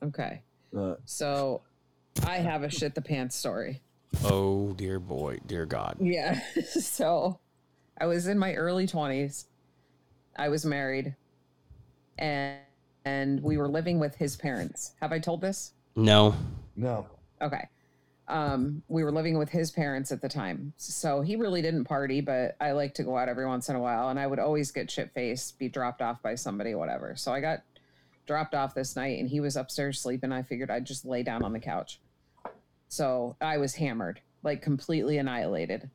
Okay.
Uh,
So, I have a shit the pants story.
Oh dear boy, dear God.
Yeah. so I was in my early 20s. I was married and and we were living with his parents. Have I told this?
No.
no.
Okay. Um we were living with his parents at the time. So he really didn't party, but I like to go out every once in a while and I would always get shit faced, be dropped off by somebody whatever. So I got dropped off this night and he was upstairs sleeping. I figured I'd just lay down on the couch. So I was hammered, like completely annihilated.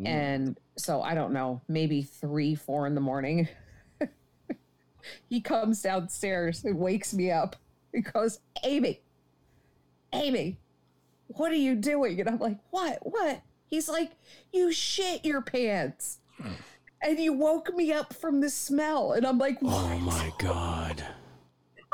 Mm.
And so I don't know, maybe three, four in the morning. he comes downstairs and wakes me up and goes, Amy, Amy, what are you doing? And I'm like, what? What? He's like, you shit your pants. And you woke me up from the smell. And I'm like,
Oh
what?
my God.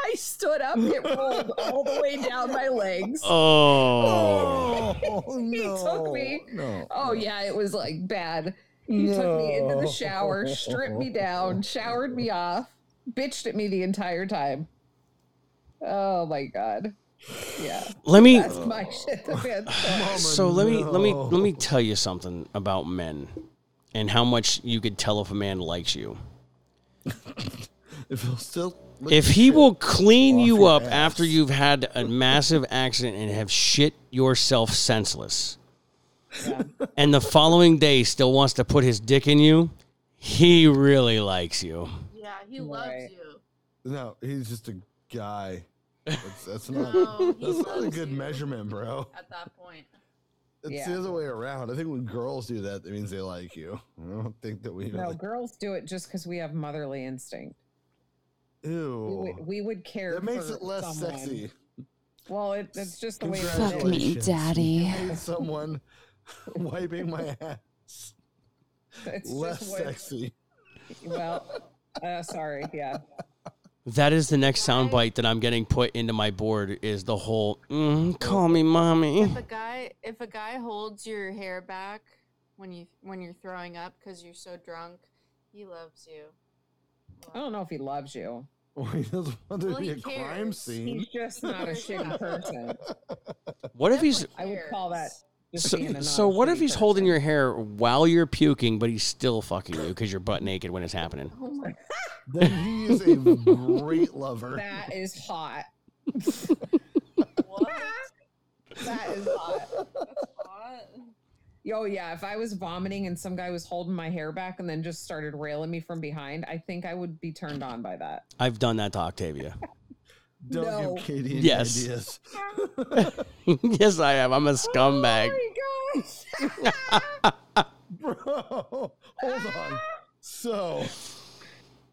I stood up, it rolled all the way down my legs.
Oh.
He took me.
No.
Oh yeah, it was like bad. He took me into the shower, stripped me down, showered me off, bitched at me the entire time. Oh my god. Yeah.
Let me.
That's my shit the pants story.
So let me let me let me
no.
tell you something about men, and how much you could tell if a man likes you.
If he'll still. lick
If
the
he
shit
will clean
Off
you
your
up after
ass.
you've had a massive accident and have shit yourself senseless, and the following day still wants to put his dick in you, he really likes you.
Yeah, he loves
Right.
you.
No, he's just a guy. That's, that's not.
No, Oh, he
That's not a
loves
good
you
measurement, bro.
At that point,
It's
Yeah.
the other way around. I think when girls do that, that means they like you. I don't think that we.
No,
Like,
girls do it just because we have motherly instinct. We
ew.
would, we would care.
That makes
for
it less
someone.
sexy.
Well, it, that's just the way
Fuck
it is.
me,
Congratulations.
daddy.
I need someone wiping my ass.
It's
less
just what,
sexy.
Well, uh, sorry. Yeah.
That is the next soundbite that I'm getting put into my board. Is the whole mm, "call me mommy"?
if a guy if a guy holds your hair back when you when you're throwing up because you're so drunk, he loves you.
I don't know if he loves you.
Well, he doesn't want there to
Well,
be
he
a crime
cares.
scene.
He's just not a shitty person.
What if he's
I would call that. Just being
So,
a
so what if
non-shitty
he's holding
person.
your hair while you're puking, but he's still fucking you because you're butt naked when it's happening?
Oh my
Then he is a great lover.
That is hot.
what?
That is hot.
That's hot.
Oh yeah, if I was vomiting and some guy was holding my hair back and then just started railing me from behind, I think I would be turned on by that.
I've done that to Octavia.
Don't
No.
give Katie any
Yes.
ideas.
yes, I am. I'm a scumbag. Uh-huh.
Oh my gosh.
Bro, hold on. So,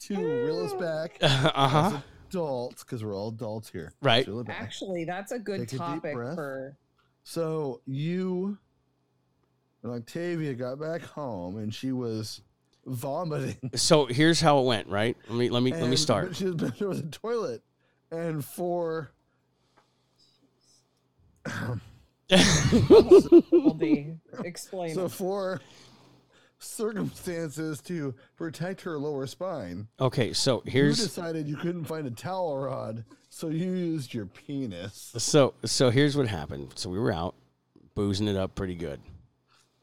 to reel us back
uh
as
huh.
adults, because we're all adults here.
Right.
Let's reel it back.
Actually, that's a good
Take a deep
topic
breath.
for
So you and Octavia got back home, and she was vomiting.
So here's how it went. Right. Let me let me let me
and-
start.
But she was, but there was a toilet, and for
Aldi. Explain.
so for circumstances to protect her lower spine,
Okay. So
you
here's
decided you couldn't find a towel rod, so you used your penis.
so so here's what happened. So we were out boozing it up pretty good,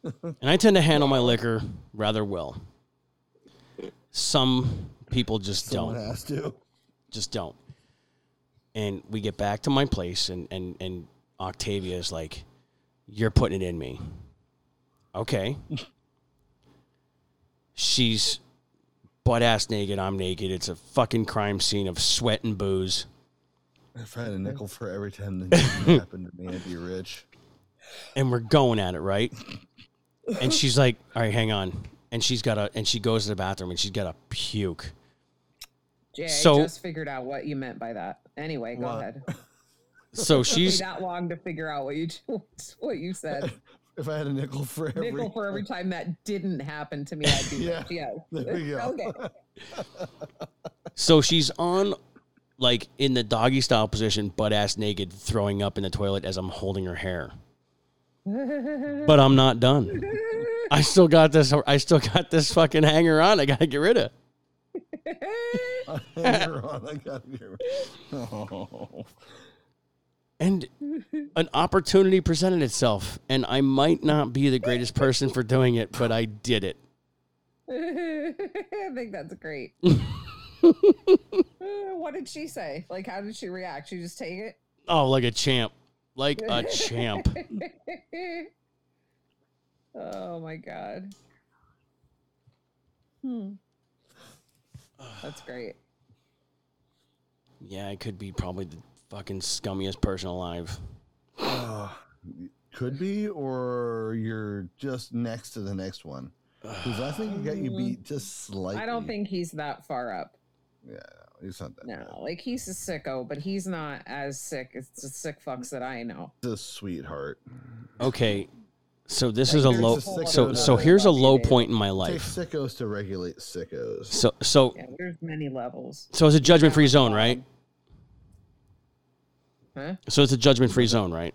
and I tend to handle my liquor rather well. Some people just
Someone
don't.
has to.
just don't. And we get back to my place, and and and Octavia is like, "You're putting it in me." Okay. She's butt ass naked. I'm naked. It's a fucking crime scene of sweat and booze.
If I had a nickel for every time that happened to me, I'd be rich.
and we're going at it, right? And she's like, "All right, hang on." And she's got a and she goes to the bathroom and she's got a puke.
Jay,
so-
I just figured out what you meant by that. Anyway, go
What?
ahead.
So
Took me
she's
that long to figure out what you what you said.
If I had a nickel for every
Nickel for every time that didn't happen to me. I'd be
Yeah.
yeah. Yes.
There we go.
Okay.
so she's on like in the doggy style position, butt ass naked, throwing up in the toilet as I'm holding her hair. But I'm not done. I still got this. I still got this fucking hanger on. I gotta get rid of.
You're on, I gotta hear it. Oh.
And an opportunity presented itself, and I might not be the greatest person for doing it, but I did it.
I think that's great. Uh, what did she say? Like, how did she react? She just take it.
Oh, like a champ. Like a champ.
oh my god. Hmm. That's great.
Yeah, I could be probably the fucking scummiest person alive.
Uh, could be, or you're just next to the next one. Because I think you got you beat just slightly.
Um, I don't think he's that far up.
it's not that.
No, like he's a sicko, but he's not as sick as the sick fucks that I know.
He's a sweetheart.
Okay. So this is a
Like, there's
low
just like
so
no
so
doubt
here's a
about
low
it.
point in my
Take
life.
sickos to regulate sickos.
So so
Yeah, there's many levels.
so it's a judgment free zone, right?
Huh?
So it's a judgment free zone, right?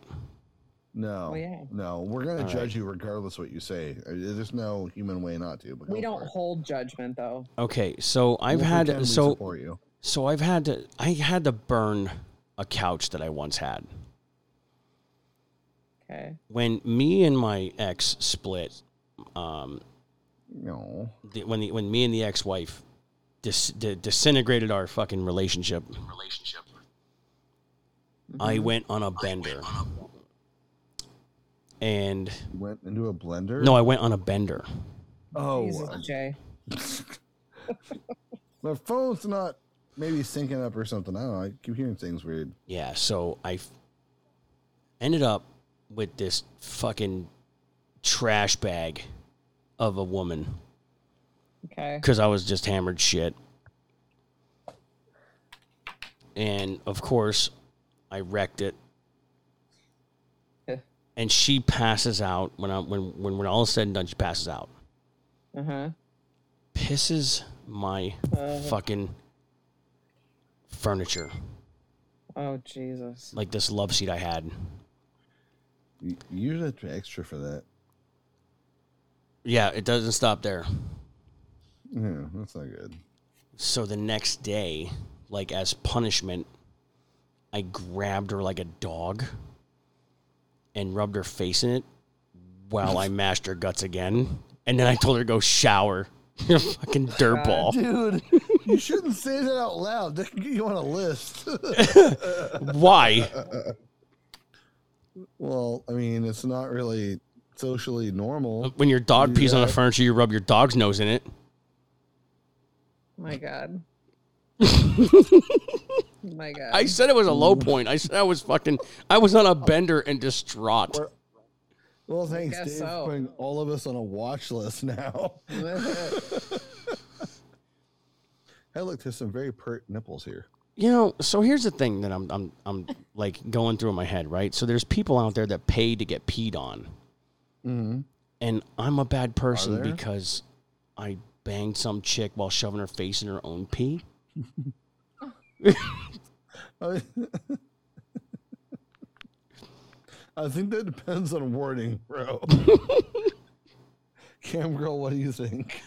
No,
Oh, yeah.
no, we're gonna
All
judge you regardless what you say. Uh, There's no human way not to. But
We
go
don't
for it.
hold judgment though.
Okay. So I've
If we can, we
had so
support you.
so I've had to I had to burn a couch that I once had.
Okay.
When me and my ex split, um,
No,
the, when the, when me and the ex-wife dis, di- disintegrated our fucking relationship relationship Mm-hmm. i
Mm-hmm.
went on a bender and
you went into a blender.
no i went on a bender
oh,
Jesus,
uh,
Jay.
my phone's not maybe syncing up or something. I don't know. I keep hearing things weird.
yeah so i f- ended up with this fucking trash bag of a woman
Okay.
because I was just hammered shit. And of course, I wrecked it.
Yeah.
and she passes out when I when when when all is said and done, she passes out.
Uh huh.
Pisses my fucking furniture,
Oh Jesus.
like this love seat I had.
You you usually have to pay extra for that.
Yeah, it doesn't stop there.
Yeah, that's not good.
So the next day, like as punishment, I grabbed her like a dog and rubbed her face in it while I mashed her guts again. And then I told her to go shower. You're a fucking dirtball.
Dude, you shouldn't say that out loud. That can get you on a list.
Why?
well, I mean, it's not really socially normal.
When your dog
Do
pees on the
that.
furniture, you rub your dog's nose in it.
My God. My God.
I said it was a low point. I said I was fucking. I was on a bender and distraught.
Or- Well, thanks,
guess
Dave,
so.
for putting all of us on a watch list now. I looked at some very pert nipples here.
You know. So here's the thing that I'm I'm I'm like going through in my head, right? So there's people out there that pay to get peed on,
Mm-hmm.
and I'm a bad person
there?
because I banged some chick while shoving her face in her own pee.
I, I think that depends on wording, bro. Cam girl, what do you think?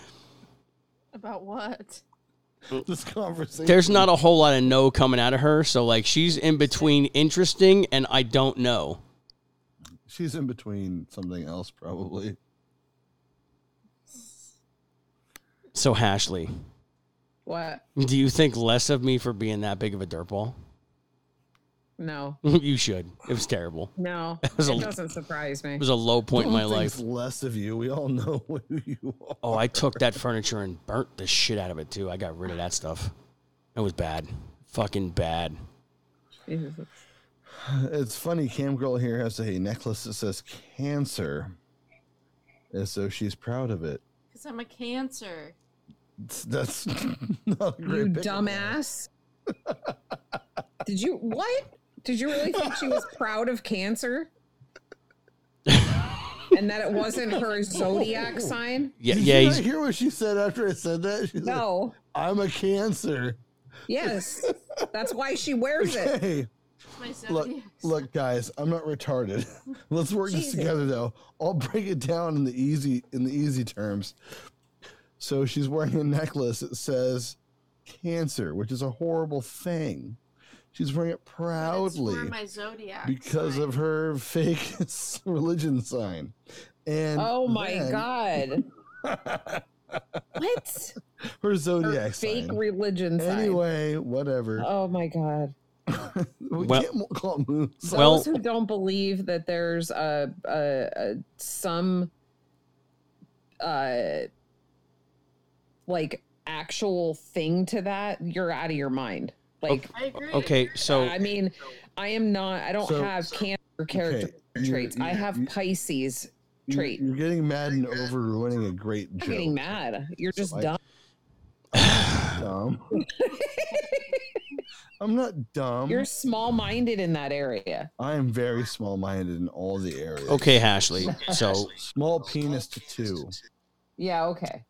About what?
This conversation.
Mm. There's not a whole lot of no coming out of her, so like she's in between interesting and I don't know.
She's in between something else, probably.
So Ashley,
what?
do you think less of me for being that big of a dirtball?
No.
you should. It was terrible.
No.
was a-
It doesn't surprise me.
It was a low point in my
Who thinks
life.
Less of you. We all know who you are.
Oh, I took that furniture and burnt the shit out of it too. I got rid of that stuff. It was bad. Fucking bad.
Jesus.
It's funny, Cam Girl here has a necklace that says cancer. And so she's proud of it.
Because I'm a cancer.
It's- That's not a
You
great pickup line.
dumbass. Did you what? Did you really think she was proud of cancer? and that it wasn't her
Oh.
zodiac sign?
Yeah,
Did
yeah.
you
He's,
not hear what she said after I said that? She's like,
No.
I'm a cancer.
Yes. That's why she wears it.
Okay.
It's my
Look,
zodiac
look, guys, I'm not retarded. Let's work
Jesus.
this together though. I'll break it down in the easy in the easy terms. So she's wearing a necklace that says cancer, which is a horrible thing. She's wearing it
sign. It's
proudly.
for my zodiac
because
sign.
of her fake religion sign. And
Oh my
then
god.
god,
What?
her
Her
zodiac
fake
sign.
religion sign.
Anyway, whatever.
Oh my god.
we
Well-
can't mo- call it moon.
Those
sign.
Well-
who don't believe that there's a, a, a some uh like actual thing to that, you're out of your mind. Like
I agree.
okay, so
I mean, I am not I don't
So-
have cancer character
you're-
traits. I
you're-
have
you-
Pisces
You-
trait.
You're getting mad and over ruining a great
I'm
joke.
not getting mad. You're just
Like-
dumb.
Dumb. I'm not dumb.
You're small minded in that area.
I am very small minded in all the areas.
okay, Ashley. So
Small penis to two.
Yeah, okay.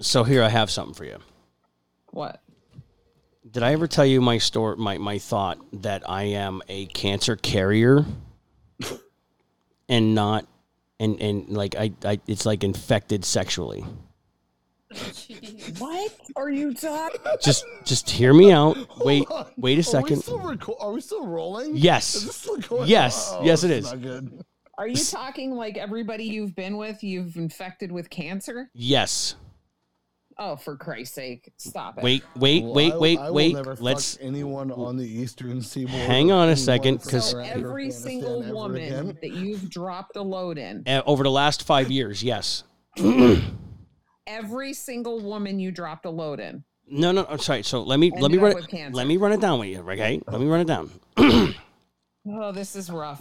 so here I have something for you.
What?
Did I ever tell you my story? My my thought that I am a cancer carrier, and not, and and like I, I it's like infected sexually.
Jeez.
What are you talking
Just just hear me out.
Hold
Wait
on.
wait a
Are we
second.
still, reco- are we still rolling? Is this
Yes.
still going
Yes.
Oh,
Yes, it
this
is.
Not good.
Are you talking like everybody you've been with, you've infected with cancer?
Yes.
Oh, for Christ's sake, stop it.
Wait wait
Well, I
wait
will-
wait
I will
wait.
never fuck
Let's
anyone on the eastern seaboard.
Hang on a
anyone
second,
from
'cause-
So
Iraq or
every
Afghanistan
single
ever
woman
again.
that you've dropped a load in,
uh, over the last 5 years. Yes.
every single woman you dropped a load in.
No, no, I'm sorry. So let me let me
Ended up
run
with
it,
cancer.
let me run it down with you, okay? Let me run it down.
Oh, this is rough.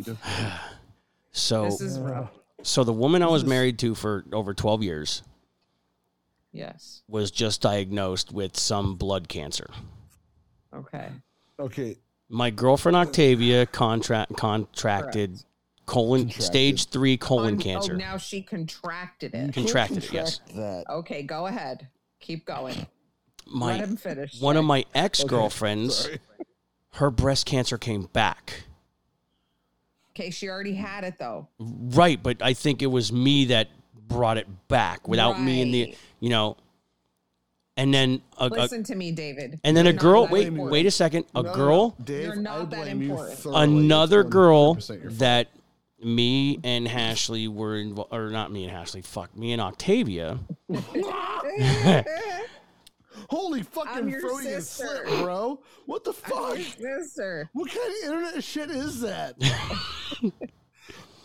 So
This
Oh.
is rough.
so the woman I was married to for over 12 years
Yes.
was just diagnosed with some blood cancer.
Okay.
Okay,
My girlfriend Octavia contract contracted colon
Contracted.
stage 3 colon
Un-
cancer.
Oh, now she contracted it.
Contracted, yes.
contract That.
Okay, go ahead. Keep going. Let
My
him finish.
one of my ex-girlfriends,
Sorry.
her breast cancer came back.
Okay, she already had it though.
Right, but I think it was me that brought it back without me in the
Right.
you know. And then a, a
Listen to me, David.
uh, and then a
You're not
girl.
that
Wait,
important.
wait a second. A
No, no,
girl,
no. Dave,
You're not
I
that
blame you
important.
thoroughly.
another
It's
girl
100% your fault.
that me and Ashley were involved, or not me and Ashley. Fuck me and Octavia.
Holy
I'm
fucking
your
Freudian
sister.
slip, bro! What the fuck?
Yes, sir.
What kind of internet shit is that?
Don't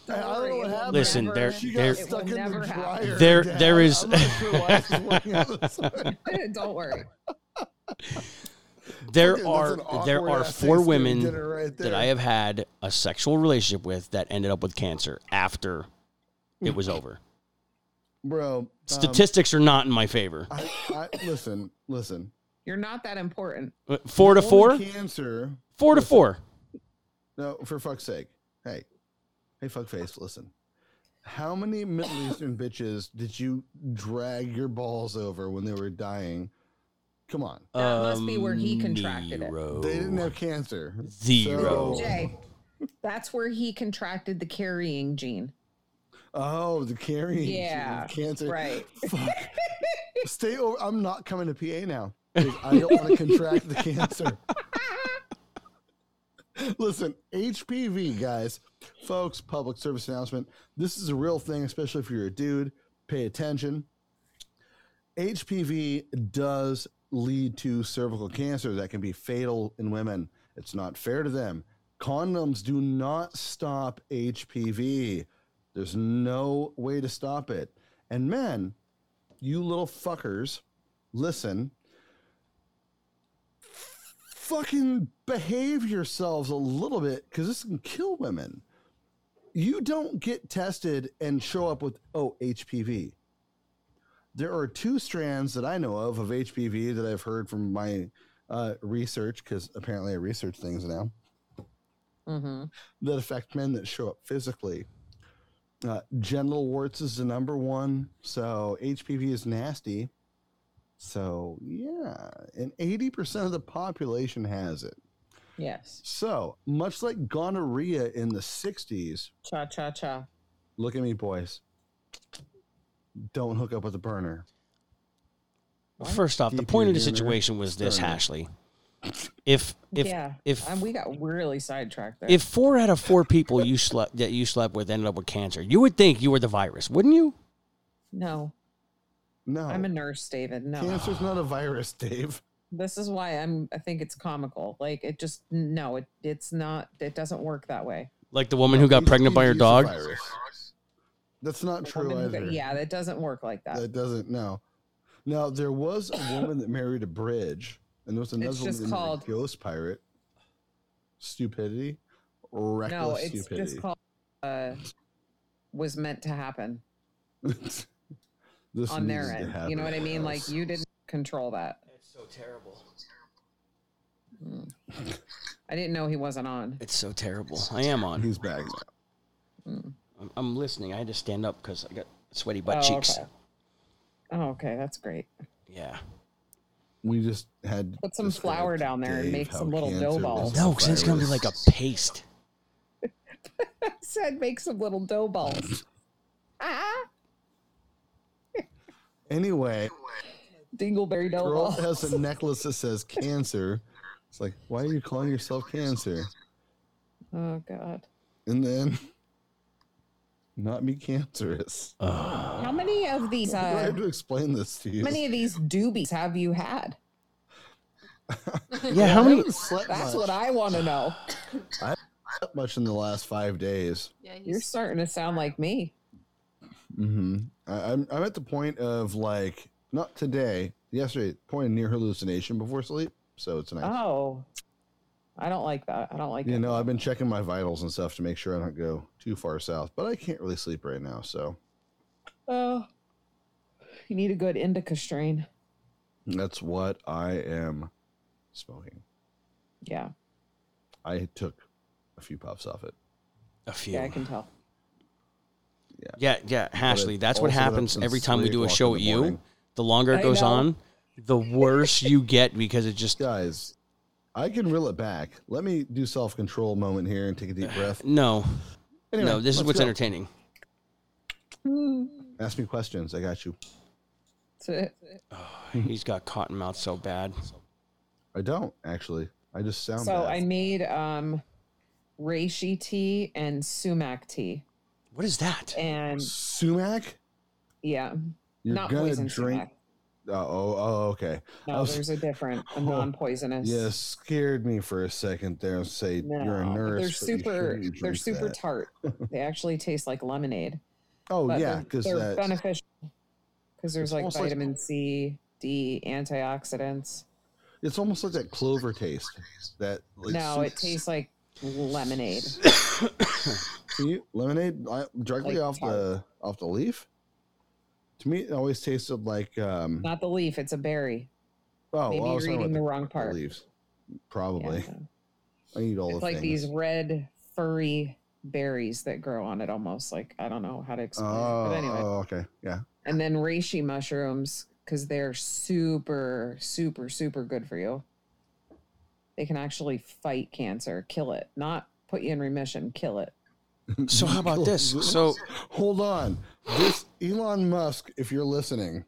I don't
worry,
know
it
what
will
happened.
Listen,
never-
there-
She
She
got
got there-
it will
stuck in the
never happen.
dryer.
There-
Dad.
there is-
I'm not sure why she's looking at it this way.
Don't worry.
Fucking-
There
that's an
are there
awkward
are
ass
four
Thanksgiving
women
dinner right
that I
there.
have had a sexual relationship with that ended up with cancer after it was
Um,
over.
bro. um,
Statistics are not in my favor.
I, I, listen, listen.
You're not that important.
Uh, Four to
Only
four,
Cancer.
four to four.
No, for fuck's sake. Hey, hey, fuckface. Listen. How many Middle Eastern bitches did you drag your balls over when they were dying? Come on.
That must be where he
Um,
contracted it.
zero.
They didn't have cancer.
Zero.
So-
Jay, that's where he contracted the carrying gene.
Oh, the carrying gene,
Yeah,
cancer.
Right.
Fuck. Stay over. I'm not coming to PA now. 'cause I don't want to contract the cancer. Listen, HPV, guys, folks, public service announcement. This is a real thing, especially if you're a dude. Pay attention. HPV does lead to cervical cancer that can be fatal in women. It's not fair to them. Condoms do not stop HPV. There's no way to stop it. And men, you little fuckers, listen. Fucking behave yourselves a little bit because this can kill women. You don't get tested and show up with, oh, HPV. There are two strands that I know of of HPV that I've heard from my uh, research because apparently I research things now
Mm-hmm.
that affect men that show up physically. Uh, genital warts is the number one. So HPV is nasty. So yeah, and eighty percent of the population has it.
Yes.
So much like gonorrhea in the '60s,
Cha cha cha.
look at me, boys. Don't hook up with a burner.
First off, the
Deep
point of the
in your
situation was this,
sternum.
Ashley. If if
yeah.
if
And we got really sidetracked there.
if four out of four people you slept that you slept with ended up with cancer, you would think you were the virus, wouldn't you?
no,
No,
I'm a nurse, David. No.
cancer's not a virus, Dave.
This is why I'm I think it's comical. Like it just no, it it's not it doesn't work that way.
Like the woman who got pregnant by her
HPV is a
dog.
virus. That's not
The
true
woman who
either.
got- yeah, that doesn't work like that.
That doesn't no. Now there was a woman that married a bridge, and there was another woman
just
that married a
called-
Ghost Pirate. Stupidity, reckless
no, it's
stupidity.
just called uh was meant to happen
This
on their
needs to
end. You know what I
happen.
mean? Like you didn't control that.
It's so terrible.
Mm. I didn't know he wasn't on.
It's so terrible. I am on.
He's back. now.
Mm.
I'm, I'm listening. I had to stand up because I got sweaty
Oh,
butt cheeks.
okay. Oh, okay, that's great.
Yeah.
We just had
Put some
described
flour down there and
Dave
make some
how
little
cancer
dough
is
balls.
a
No, because it's gonna be
virus.
like a paste.
Said make some little dough balls. ah,
Anyway,
dingleberry dough
girl
balls.
has a necklace that says cancer. It's like, why are you calling yourself cancer?
Oh god.
And then not be cancerous.
How many of these
Do I
uh,
have to explain this to you.
how many of these doobies have you had?
Yeah. How
I
many?
haven't slept
That's
much.
what I want to know.
slept much in the last five days.
Yeah, he's
You're starting to sound like me.
Mm-hmm. I, I'm I'm at the point of like not today, yesterday, point of near hallucination before sleep. So it's nice.
Oh, I don't like that. I don't like
You
it.
know, I've been checking my vitals and stuff to make sure I don't go too far south, but I can't really sleep right now. So
Oh, you need a good indica strain.
that's what I am smoking.
Yeah,
I took a few puffs off it.
A few.
yeah, I
Yeah.
can tell.
Yeah. Ashley,
I've
that's what
also got up
happens
since
every time we
three
do a
o'clock
show
in
at
the
you.
morning.
The longer
I
it goes
know.
on, the worse you get because it just
Guys, I can reel it back. Let me do self control moment here and take a deep breath.
no.
Anyway,
no, this is
let's
what's
go.
entertaining.
Ask me questions. I got you.
That's it.
Oh,
He's got cotton mouth so bad.
I don't actually. I just sound
So
bad.
I made um, reishi tea and sumac tea,
What is that?
and
Sumac?
yeah,
You're
not
gonna
poison
drink
sumac.
Oh, oh, oh, okay.
No,
was-
there's a different, a
Oh,
non-poisonous.
Yeah, scared me for a second there. Say
No,
you're a
but
nurse. but
They're
you
super.
shouldn't
They're
drink
super
that.
tart. They actually taste like lemonade.
Oh
but
yeah,
they're-
because
they're
that
beneficial because
It's
there's like
almost like-
vitamin C, D, antioxidants.
it's almost like that clover taste. That like,
no, it
sweet-
tastes like lemonade. Eh.
sweet lemonade uh, directly
Like
off
tart.
the off the leaf. To me, it always tasted like um.
Not the leaf; it's a berry.
oh,
Maybe
well, I was
you're
talking about
eating the
the
wrong part.
leaves.
Yeah,
Probably,
so
I eat all
It's
the
like
things.
these red furry berries that grow on it, almost like I don't know how to explain. it.
Oh,
But anyway,
oh, okay, yeah.
and then reishi mushrooms because they're super, super, super good for you. They can actually fight cancer, kill it, not put you in remission, kill it.
So how about this? So
hold on, this Elon Musk, if you're listening,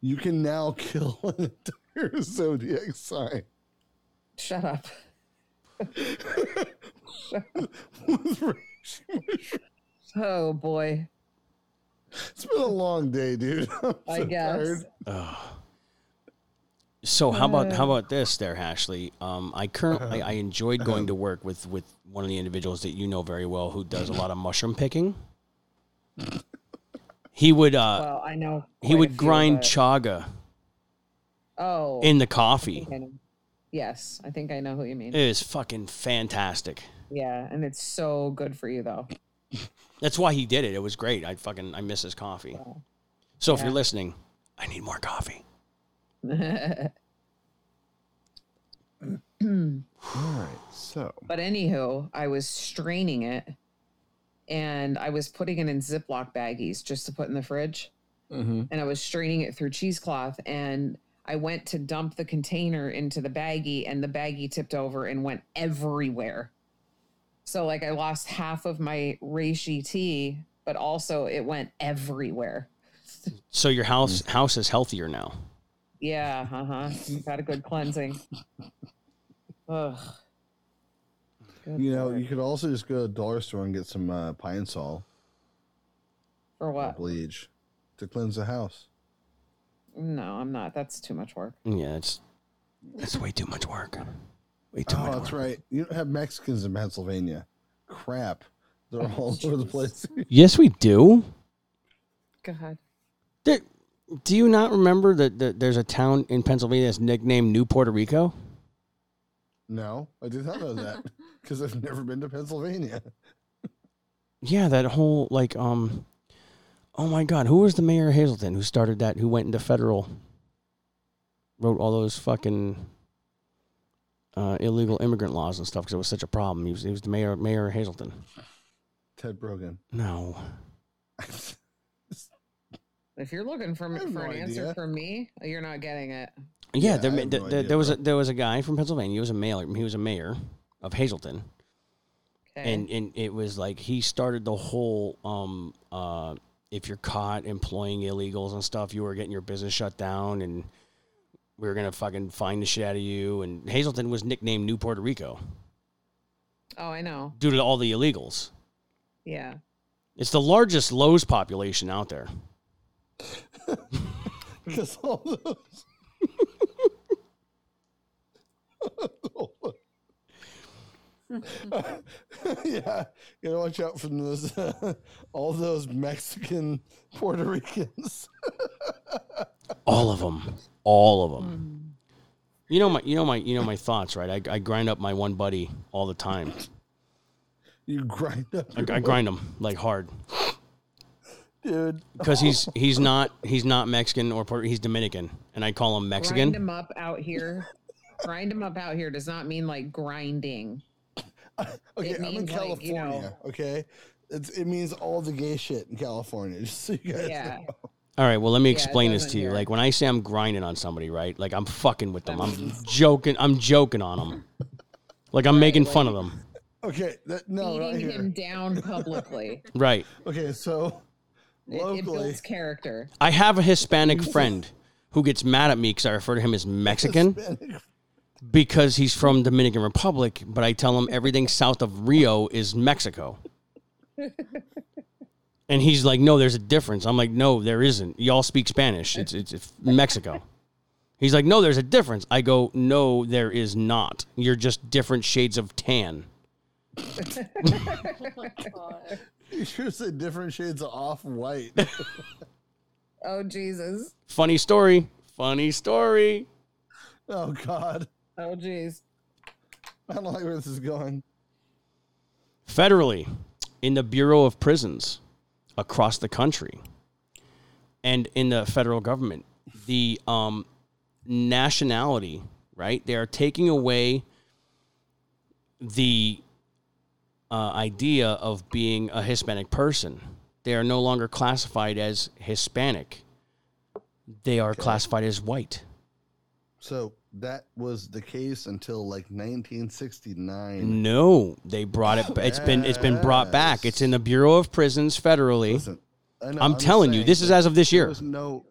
you can now kill an entire zodiac sign
Shut up.
with reishi mushrooms.
Oh boy,
It's been a long day, dude. I'm
I
so
guess.
tired.
Ugh. So how about how
Uh.
about this there, Ashley? Um, I
Uh-huh.
currently I enjoyed going to work with with one of the individuals that you know very well who does a lot of mushroom picking. He would uh,
Well, I know.
he
quite a
would
few,
grind
but-
chaga
oh,
in the
I
coffee.
think I know. Yes, I think I know who you mean.
It is fucking fantastic.
yeah, and it's so good for you though.
That's why he did it. It was great. I fucking I miss his coffee. So if
Yeah.
you're listening, I need more coffee.
but
All right, so
anywho, I was straining it, and I was putting it in Ziploc baggies just to put in the fridge.
Mm-hmm.
and I was straining it through cheesecloth and I went to dump the container into the baggie and the baggie tipped over and went everywhere. So like I lost half of my reishi tea, but also it went everywhere.
So your house house is healthier now.
Yeah, uh-huh. Got a good cleansing. Ugh. Good
you know
Lord.
you could also just go to the dollar store and get some uh, pine sol
for
or
what?
bleach to cleanse the house.
No, I'm not. That's too much work.
Yeah, it's it's way too much work. Way too
oh,
much
that's
work.
right. You don't have Mexicans in Pennsylvania. Crap, they're
Oh,
all over the place.
Yes, we do.
God.
There, do you not remember that, that there's a town in Pennsylvania that's nicknamed New Puerto Rico?
No, I did not know that because I've never been to Pennsylvania.
Yeah, that whole like um, oh my God, who was the mayor of Hazleton who started that? Who went into federal? Wrote all those fucking uh, illegal immigrant laws and stuff because it was such a problem. He was he was the mayor mayor of Hazleton.
Ted Brogan.
No,
If you're looking for,
I have
for
no
an answer
idea.
from me, you're not getting it.
Yeah,
Yeah,
there,
I
ma-
have
th-
no
th-
idea,
there was a,
bro.
there was a guy from Pennsylvania. He was a mayor. He was a mayor of Hazleton,
Okay.
and and it was like he started the whole um uh if you're caught employing illegals and stuff, you were getting your business shut down, and we were gonna fucking find the shit out of you. And Hazleton was nicknamed New Puerto Rico
oh, I know.
due to all the illegals.
Yeah.
It's the largest Lowe's population out there.
Because all those. yeah, you gotta watch out for those all those Mexican Puerto Ricans.
All of them. All of them. You know my, you know my, you know my thoughts, right? I, I grind up my one buddy all the time.
You grind up,
I, I grind him like hard
dude.
because he's he's not he's not Mexican or Puerto, he's Dominican, and I call him
Grind
Mexican.
them up out here. grind them up out here does not mean like grinding.
Okay,
It
I'm in
means, like, you
California.
know-
Okay, it's, it means all the gay shit in California. Just so you guys.
Yeah.
know.
All right, well let me
Yeah, it
explain this
doesn't
to you.
here.
Like when I say I'm grinding on somebody, right? Like I'm fucking with them. I'm joking. I'm joking on them. Like I'm making fun of them.
Okay, that, no, right
Beating
here.
him down publicly.
Right.
Okay, so
It- it,
locally,
builds character.
I have a Hispanic friend who gets mad at me because I refer to him as Mexican because he's from Dominican Republic, but I tell him everything south of Rio is Mexico. And he's like, "No, there's a difference." I'm like, "No, there isn't. Y'all speak Spanish. It's it's, it's Mexico." He's like, no, there's a difference. I go, no, there is not. You're just different shades of tan.
Oh my God.
You sure said different shades of off white.
Oh Jesus.
Funny story. Funny story.
oh God,
Oh jeez.
I don't like where this is going.
federally in the Bureau of Prisons across the country and in the federal government. The um, nationality, right? They are taking away the uh, idea of being a Hispanic person. They are no longer classified as Hispanic, they are classified as white.
So that was the case until like 1969.
No, they brought it. It's been it's been brought back. It's in the Bureau of Prisons federally.
Listen, I know,
Mm-hmm. I'm
just
telling you,
saying
this is
that
as of this
There
year.
was no,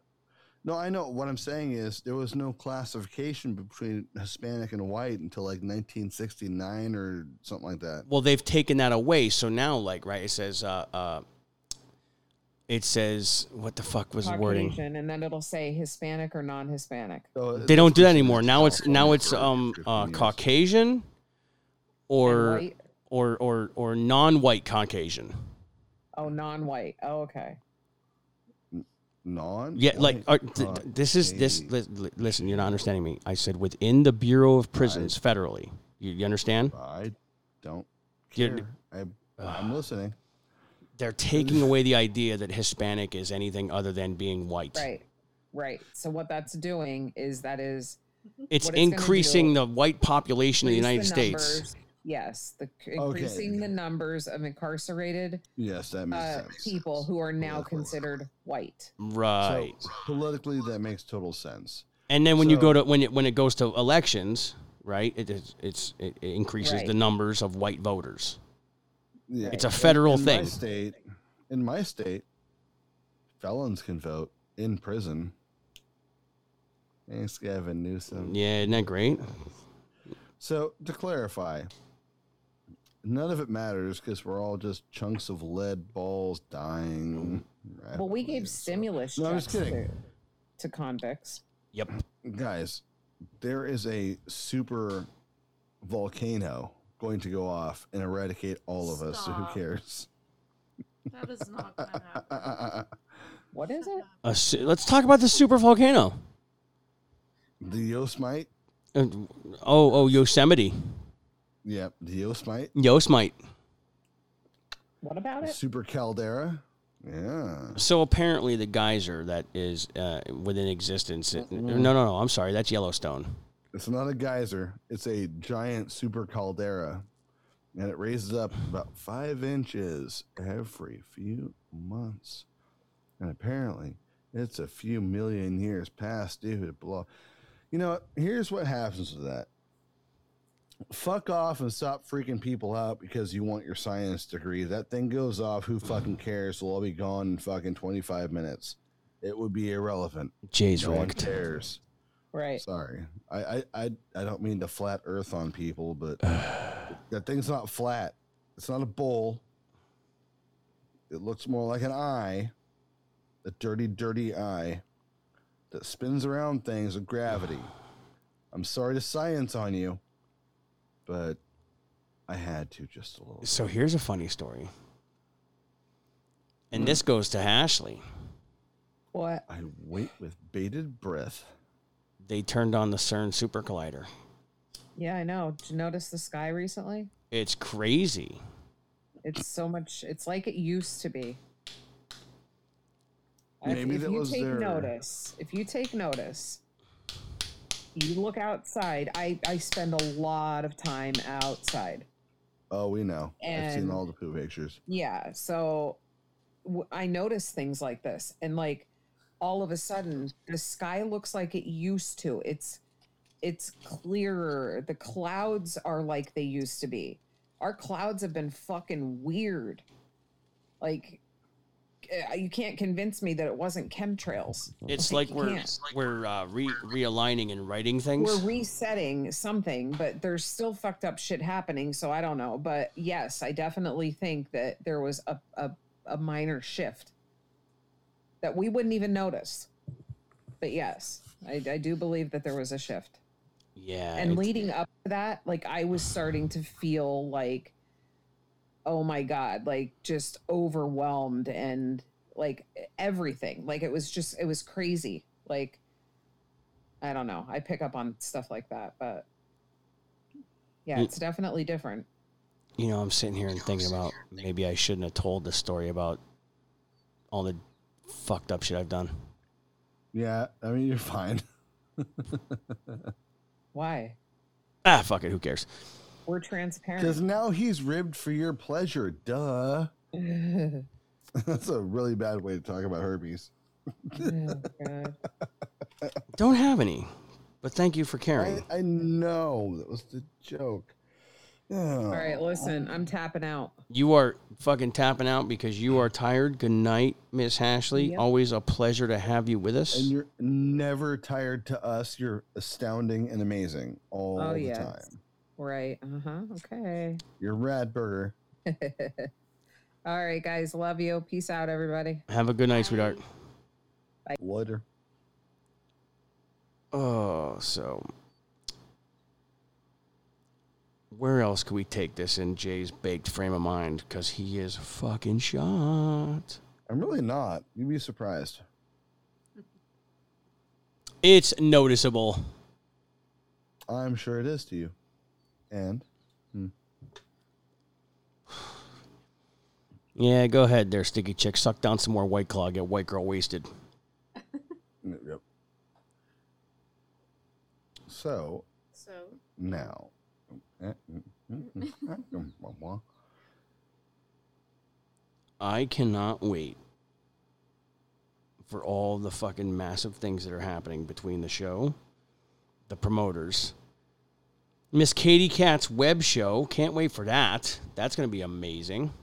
no, I know. What I'm saying is there was no classification between Hispanic and white until like 1969 or something like that.
Well, they've taken that away, so now, like, right? It says, uh, uh, it says, what the fuck was the wording?
Caucasian, and then it'll say Hispanic or non-Hispanic.
So
They don't do that
it's-
anymore. Now it's now
California
it's
for
um
15
uh,
years.
Caucasian,
And
or
white-
or or or non-white Caucasian.
oh non-white. Oh okay.
Non.
Yeah, like uh, th- th- this is this.
Caucasian.
Li- li- listen, you're not understanding me. I said within the Bureau of Prisons federally. You, you understand?
I don't
You're-
care. I, I'm listening.
They're taking away the idea that Hispanic is anything other than being white.
Right. Right. So what that's doing is that is
It's
What it's gonna
increasing
do-
the white population of the United
increase
States.
numbers- Yes, the
Okay.
c- increasing the numbers of incarcerated
Yes, that makes,
uh,
that makes
people
sense.
who are now
Politically.
considered white.
Right.
So politically, that makes total sense.
and then when you go
so-
to when it when it goes to elections, right? It is it's it, it increases the
Right.
numbers of white voters.
Yeah.
It's a federal
in
thing.
My state, in my state, felons can vote in prison. Thanks, Gavin Newsom.
Yeah, isn't that great?
So to clarify, none of it matters because we're all just chunks of lead balls
Mm.
dying.
Well, we gave
rapidly, so-
stimulus
No, I'm
checks
just kidding.
to, to convicts.
Yep.
guys, there is a super volcano going to go off and eradicate all of us. So
Stop.
who cares?
That is not going to happen.
What is it?
A su- let's talk about the super volcano.
the Yosemite.
Uh, Oh, oh, Yosemite,
Yep, the Yosemite.
Yosemite.
What about it?
Super caldera. Yeah.
So apparently, the geyser that is uh, within existence. it- no, no, no. I'm sorry. That's Yellowstone.
It's not a geyser. It's a giant super caldera. And it raises up about five inches every few months. And apparently, it's a few million years past due to blow. You know, here's what happens with that. Fuck off and stop freaking people out because you want your science degree. That thing goes off. Who fucking cares? We'll all be gone in fucking 25 minutes. It would be irrelevant.
Jay's
No one
wrecked.
cares.
Right.
Sorry, I, I I I don't mean to flat Earth on people, but that thing's not flat. It's not a bowl. It looks more like an eye, a dirty, dirty eye that spins around things with gravity. I'm sorry to science on you, but I had to just a little.
So here's a funny story. And this goes to Ashley.
What?
I wait with bated breath.
They turned on the CERN Super Collider.
Yeah, I know. Did you notice the sky recently?
It's crazy.
It's so much. It's like it used to be. If-
Maybe
if
that
you
was
take
their-
notice, if you take notice, you look outside. I I spend a lot of time outside.
Oh, we know. I've seen
And-
all the poo pictures.
Yeah, so w- I notice things like this, and like all of a sudden, the sky looks like it used to. It's it's clearer. The clouds are like they used to be. Our clouds have been fucking weird. Like eh, you can't convince me that it wasn't chemtrails.
It's
I
like
you
we're
can't.
we're uh, re- realigning and writing things.
We're resetting something, but there's still fucked up shit happening. So I don't know. But yes, I definitely think that there was a, a, a minor shift that we wouldn't even notice. But yes, I, I do believe that there was a shift.
Yeah.
and
it's-
leading up to that like i was starting to feel like oh my god like just overwhelmed and like everything like it was just it was crazy like i don't know i pick up on stuff like that but yeah
Mm.
it's definitely different
you know, I'm sitting here and thinking about maybe I shouldn't have told this story about all the fucked up shit I've done.
Yeah, I mean you're fine.
why
Ah, fuck it. Who cares?
we're
Because
transparent
now he's ribbed for your pleasure. Duh.
oh,
That's a really bad way to talk about herpes.
Oh, God.
Don't have any. But thank you for caring.
I, I know that was the joke.
all right listen i'm tapping out
You are fucking tapping out because you are tired. Good night, Miss Hashley.
Yep.
Always a pleasure to have you with us.
And you're never tired to us. You're astounding and amazing all
Oh,
the
yes.
time.
right uh-huh okay
You're rad burger.
all right guys love you peace out everybody
Have a good night, sweetheart.
Water.
Oh, so where else could we take this in Jay's baked frame of mind? Because he is fucking shot.
I'm really not. You'd be surprised.
It's noticeable.
I'm sure it is to you. And
Yeah, go ahead there, sticky chick. Suck down some more white claw. Get white girl wasted.
yep. So
So
now.
I cannot wait for all the fucking massive things that are happening between the show, the promoters, Miss Katie Cat's web show. Can't wait for that. That's going to be amazing.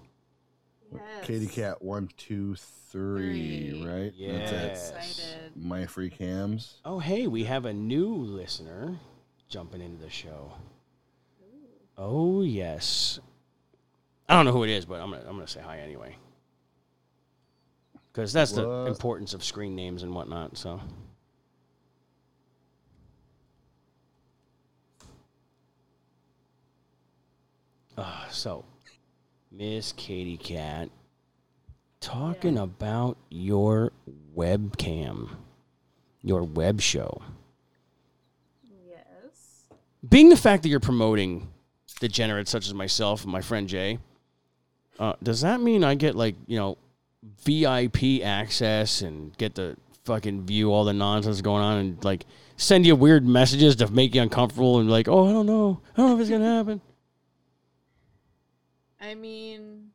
yes.
Katie Cat one, two, three,
Three.
right?
Yes.
Excited.
My free cams.
Oh, hey, we have a new listener jumping into the show. Oh, yes. I don't know who it is, but I'm going to I'm gonna say hi anyway. Because that's the
What?
importance of screen names and whatnot. So, uh, so Miss Katie Cat, talking about your webcam, your web show
Yes.
being the fact that you're promoting degenerates such as myself and my friend Jay, uh, does that mean I get like you know VIP access and get to fucking view all the nonsense going on and like send you weird messages to make you uncomfortable and like, oh, I don't know, I don't know if it's gonna happen.
I mean,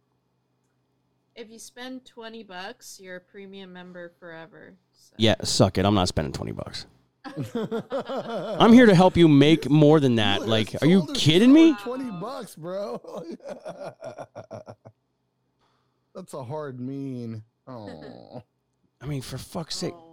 if you spend 20 bucks, you're a premium member forever. So.
Yeah, suck it. I'm not spending twenty bucks. I'm here to help you make more than that.
Look, I
Like, are you
sold her
kidding me?
for Twenty bucks, bro. That's a hard mean. Oh,
I mean, for fuck's sake.
Oh.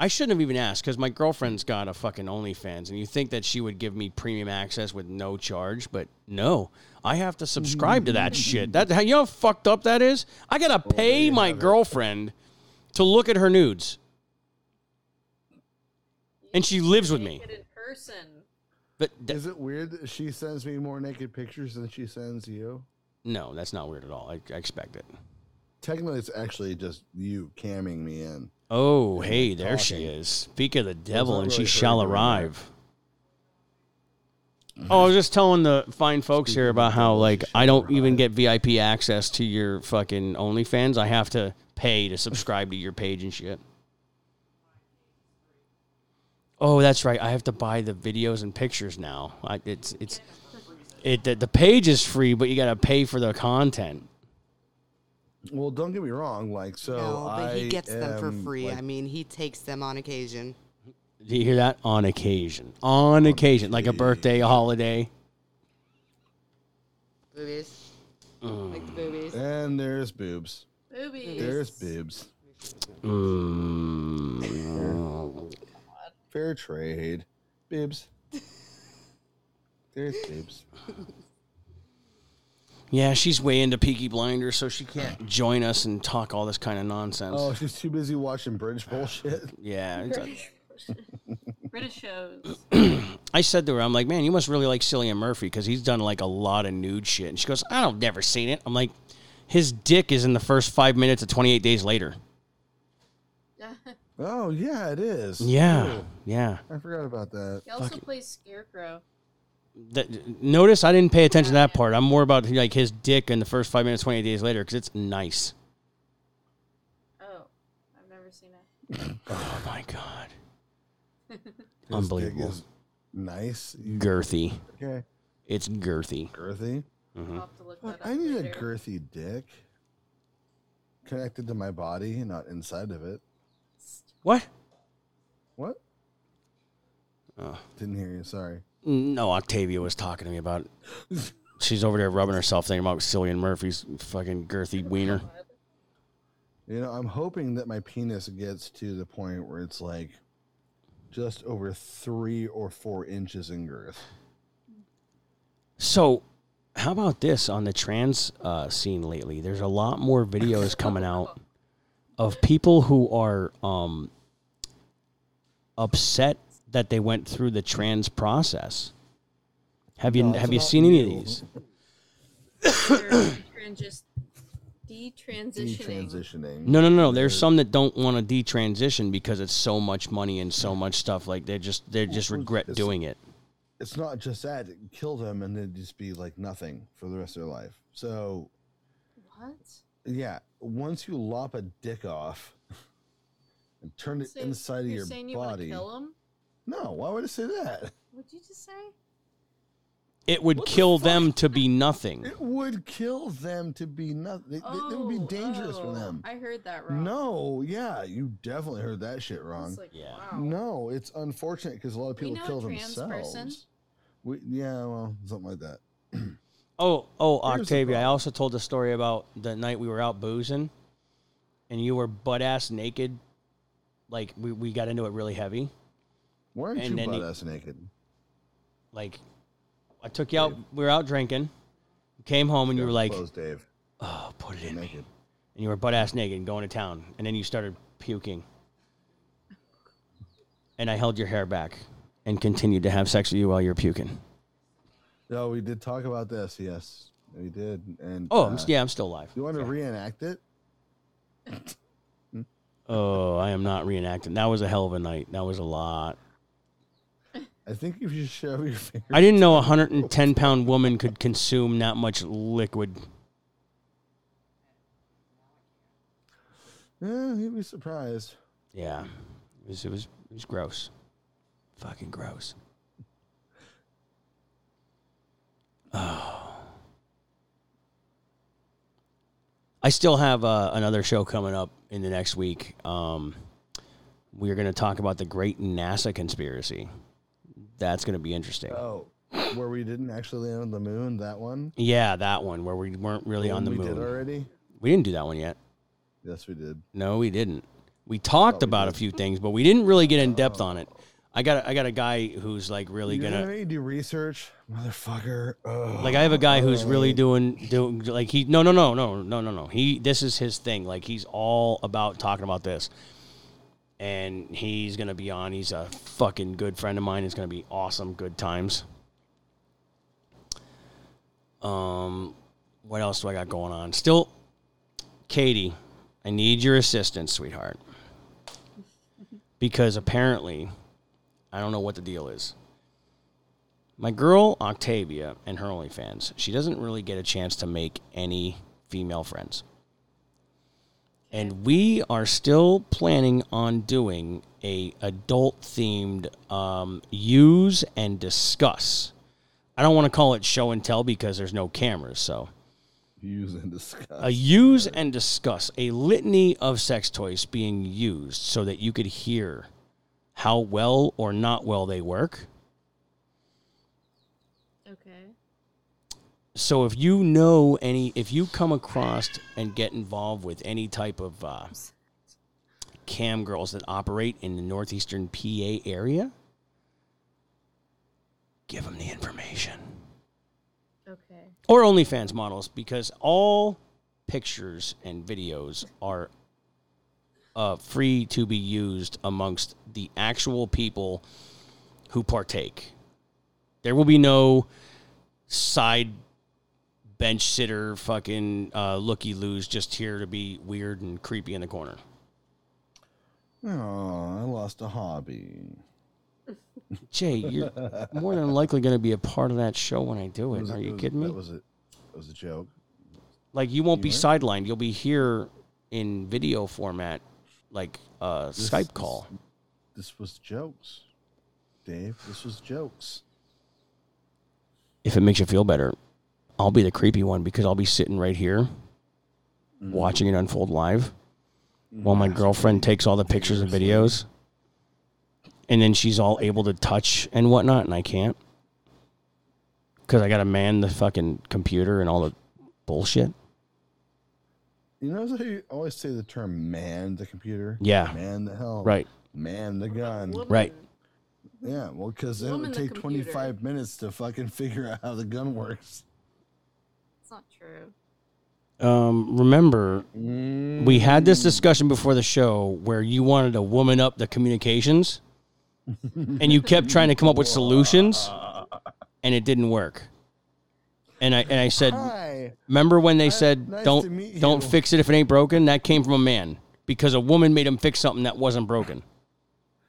I shouldn't have even asked because my girlfriend's got a fucking OnlyFans, and you think that she would give me premium access with no charge, but no, I have to subscribe to that shit. That how you know how fucked up that is. I gotta
there
pay
you
my
have it.
girlfriend to look at her nudes, and she lives with me.
Naked in person.
But th-
is it weird that she sends me more naked pictures than she sends you?
no, that's not weird at all. I, I expect it.
Technically, it's actually just you camming me in.
Oh,
Yeah,
hey,
like
there she
talking.
is. Speak of the devil,
not
and she
really
shall
her doing that.
arrive.
Mm-hmm.
Oh, I was just telling the fine folks here about how, like, I don't even get VIP access to your fucking OnlyFans. I have to pay to subscribe to your page and shit. Oh, that's right. I have to buy the videos and pictures now. I, it's it's it. The, the page is free, but you gotta pay for the content.
Well, don't get me wrong. Like, so
no, but
I
he gets them for
am,
free.
like,
I mean, he takes them on occasion.
Do you hear that? On occasion, on occasion, like a birthday, a holiday.
Boobies.
Uh,
Like the boobies.
and there's boobs.
Boobies.
There's boobs.
Mm.
Fair trade. Boobs. There's boobs.
Yeah, she's way into Peaky Blinders, so she can't join us and talk all this kind of nonsense.
Oh, she's too busy watching British bullshit.
Yeah, it's-
British shows.
I said to her, I'm like, man, you must really like Cillian Murphy because he's done like a lot of nude shit. And she goes, I don't never seen it. I'm like, his dick is in the first five minutes of 28 Days Later.
Oh yeah, it is.
Yeah,
Ew.
yeah.
I forgot about that.
He also plays Scarecrow.
That, notice I didn't pay attention to that part. I'm more about like his dick in the first five minutes, 28 Days Later because it's nice.
Oh, I've never seen it.
Oh my god,
His dick
Unbelievable.
is Nice. You-
girthy.
Okay.
It's girthy.
Girthy.
I'll have to look
Look,
that up
I need a
later.
girthy dick connected to my body, not inside of it.
What?
What?
Oh.
Didn't hear you. Sorry.
No, Octavia was talking to me about. it. She's over there rubbing herself, thinking about Cillian Murphy's fucking girthy wiener.
You know, I'm hoping that my penis gets to the point where it's like just over three or four inches in girth.
So, how about this on the trans uh, scene lately? There's a lot more videos coming out of people who are um, upset that they went through the trans process. Have you
No, it's
have you
about
seen any of
you.
these?
They're detransis- detransitioning.
Detransitioning.
No, no, no. There's some that don't want to detransition because it's so much money and so much stuff. Like they just they just regret
It's-
doing it.
it's not just that it kill them and then just be like nothing for the rest of their life. So
What?
yeah, once you lop a dick off and turn it
So
inside of
you're
your
saying you want to
body,
kill him?
no, why would I say that?
What'd you just say?
It would kill them to be nothing.
It would kill them to be nothing. It, it- it would be
Oh,
dangerous for
oh,
them.
I heard that wrong.
No, yeah, you definitely heard that shit
I
wrong.
was like,
Yeah.
wow.
No, it's unfortunate because a lot of
We
people
know a
kill
trans
themselves.
person.
We, yeah, well, something like that.
Oh, oh,
Here's the
Octavia! I
problem.
also told the story about the night we were out boozing, and you were butt ass naked. Like we, we got into it really heavy.
Why aren't
And
you
then he-
butt ass naked?
Like I took you out. We were out drinking. Came home and you were like,
Close, Dave.
"Oh, put it in me,"
Naked.
and you were butt ass naked and going to town. And then you started puking. And I held your hair back and continued to have sex with you while you were puking.
No, we did talk about this. Yes, we did. And
Oh,
uh,
I'm, s- yeah, I'm still alive.
You want to reenact it?
Oh, I am not reenacting. That was a hell of a night. That was a lot.
I think if you show your finger,
I didn't know a 110 pound woman could consume that much liquid.
Eh, you'd be surprised.
Yeah. It was, it was, it was gross. Fucking gross. Oh. I still have uh, another show coming up in the next week. Um, we are going to talk about the great NASA conspiracy. That's going to be interesting.
Oh, where we didn't actually land on the moon. That one.
Yeah, that one where we weren't really on the
we
moon.
did already.
we didn't do that one yet.
Yes, we did.
No, we didn't. We talked
we Oh.
about a few things, but we didn't really get in depth on it. I got a, I got a guy who's like really
You're gonna
gonna
make me do research, motherfucker. Oh, Ugh.
like I have a guy who's really
Alright.
doing doing like he no no no no no no no he this is his thing like he's all about talking about this, and he's gonna be on. He's a fucking good friend of mine. It's gonna be awesome, good times. Um, what else do I got going on? Still, Katie, I need your assistance, sweetheart. Because apparently, I don't know what the deal is. My girl, Octavia, and her OnlyFans, she doesn't really get a chance to make any female friends. And we are still planning on doing a adult themed um, use and discuss. I don't want to call it show and tell because there's no cameras, so
use and discuss.
a use and discuss a litany of sex toys being used so that you could hear how well or not well they work.
Okay.
So if you know any, if you come across and get involved with any type of uh, cam girls that operate in the northeastern PA area, give them the information.
Okay.
Or OnlyFans models, because all pictures and videos are uh, free to be used amongst the actual people who partake. There will be no side bench sitter fucking uh, looky loos just here to be weird and creepy in the corner.
Oh, I lost a hobby.
Jay, you're more than likely going to be a part of that show when I do
That
it.
was-
Are you
that was-
kidding me?
That was a, that was a joke.
Like you won't be
You
sidelined. You'll be here in video format, like uh,
This-
Skype call.
This, this was jokes, Dave. This was jokes.
If it makes you feel better, I'll be the creepy one because I'll be sitting right here watching it unfold live while my girlfriend takes all the pictures and videos. And then she's all able to touch and whatnot, and I can't. Because I got to man the fucking computer and all the bullshit.
You know how you always say the term "man" the computer.
Yeah.
Man the hell.
Right.
Man the gun.
Right.
Woman.
Yeah. Well, because it would
Woman the
take
computer.
25 minutes to fucking figure out how the gun works.
It's not true.
Um, remember, we had this discussion before the show where you wanted to woman up the communications and you kept trying to come up with solutions and it didn't work. And I, and I said,
Hi.
Remember when they
Uh,
said
nice to
don't
meet
don't
you."
fix it if it ain't broken? That came from a man because a woman made him fix something that wasn't broken.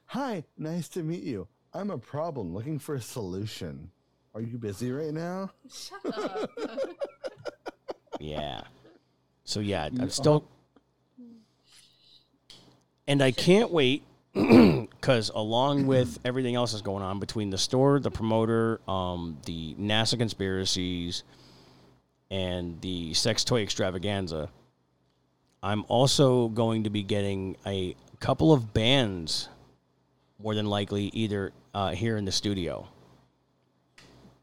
Hi. Nice to meet you. I'm a problem looking for a solution. Are you busy right now?
Shut up.
Yeah. So yeah, I'm still And I can't wait cuz along with everything else that's going on between the store, the promoter, um the NASA conspiracies and the sex toy extravaganza, I'm also going to be getting a couple of bands more than likely either uh, here in the studio.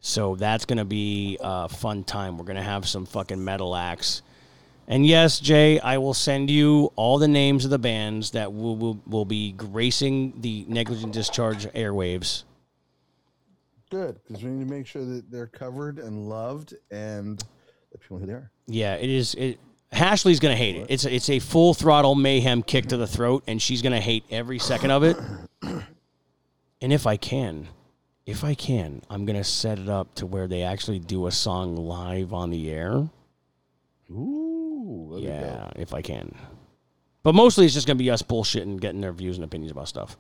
So that's going to be a fun time. We're going to have some fucking metal acts. And yes, Jay, I will send you all the names of the bands that will, will, will be gracing the negligent discharge airwaves.
Good, because we need to make sure that they're covered and loved and the people who they are.
Yeah, it is. It, Ashley's going to hate it. It's a, it's a full throttle mayhem kick to the throat, and she's going to hate every second of it. And if I can, if I can, I'm going to set it up to where they actually do a song live on the air.
Ooh, that'd be dope.
Yeah, if I can. But mostly it's just gonna be us bullshitting, getting their views and opinions about stuff.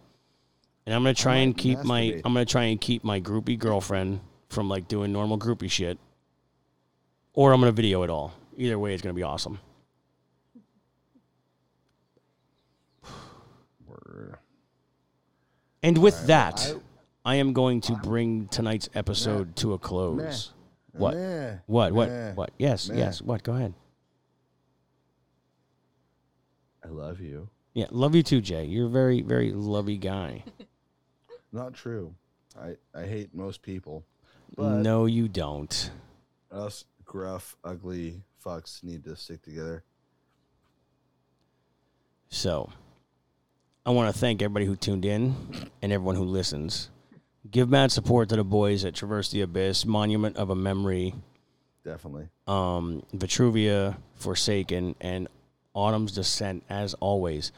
And I'm gonna try and
might
keep my
masturbate.
I'm gonna try and keep my groupie girlfriend from like doing normal groupie shit. Or I'm gonna video it all. Either way, it's gonna be awesome.
Word.
And with
Alright, well,
that, I, am going to bring tonight's episode to a close. What?
Meh.
What? What?
Meh.
What? Yes.
Meh.
Yes. What? Go ahead.
I love you.
Yeah. Love you too, Jay. You're a very, very lovey guy.
Not true. I, I hate most people. But
no, you don't.
us gruff, ugly fucks need to stick together.
So, I want to thank everybody who tuned in and everyone who listens. Give mad support to the boys at Traverse the Abyss, Monument of a Memory,
Definitely.
um, Vitruvia, Forsaken, and Autumn's Descent, as always.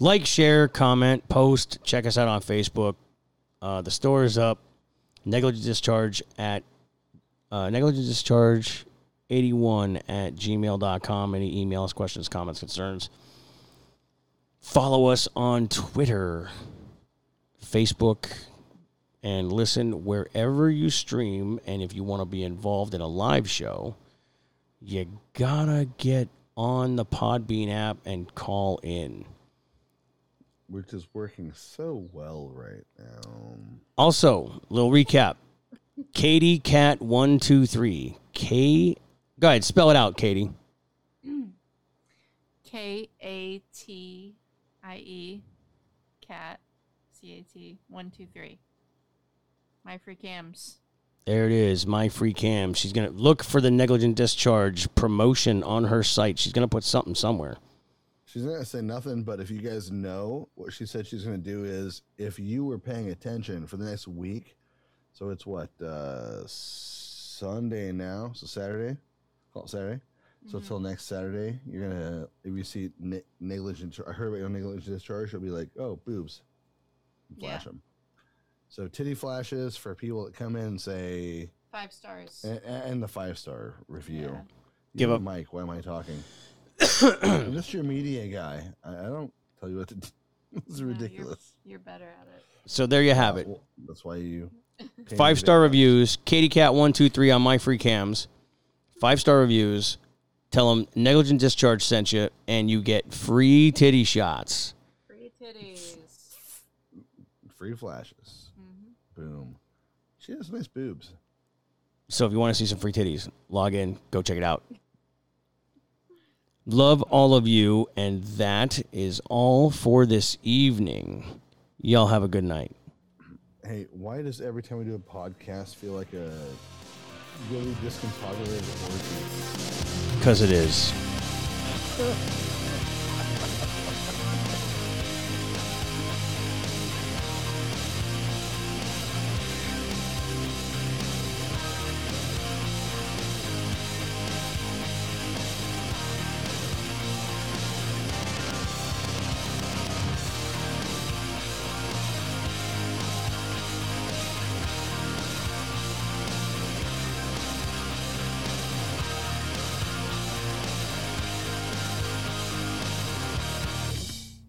Like, share, comment, post. Check us out on Facebook. Uh, the store is up. Negligent Discharge at uh, Negligent Discharge 81 at gmail.com. Any emails, questions, comments, concerns. Follow us on Twitter, Facebook, and listen wherever you stream. And if you want to be involved in a live show, you gotta get on the Podbean app and call in.
Which is working so well right now.
Also, little recap: Katie Cat one two three K. Go ahead, spell it out, Katie.
K A T I E, cat, C A T, one, two, three. My free cams.
There it is, my free cam. She's gonna look for the negligent discharge promotion on her site. She's gonna put something somewhere.
She's not gonna say nothing, but if you guys know what she said she's gonna do is if you were paying attention for the next week, so it's what, uh Sunday now, so Saturday? Call it Saturday. So
Mhm.
till next Saturday, you're gonna if you see ne- negligent, I heard about your negligent discharge. You'll be like, oh, boobs, and flash them. So titty flashes for people that come in and say,
Five stars. Uh,
and, and the five star review.
Yeah.
You
Give
know,
up.
Mike. Why am I talking? I'm just your media guy. I, I don't tell you what to do. it's
No, you're-
ridiculous.
You're, better at it.
So there you have it.
Well, that's why you came
Five star
today.
reviews. Katie Cat one two three on my free cams. Five star reviews. Tell them negligent discharge sent you, and you get free titty shots.
Free titties.
free flashes.
Mhm.
Boom. She has nice boobs.
So if you want to see some free titties, log in, go check it out. Love all of you, and that is all for this evening. Y'all have a good night.
Hey, why does every time we do a podcast feel like a really discombobulated orgy?
Because it is.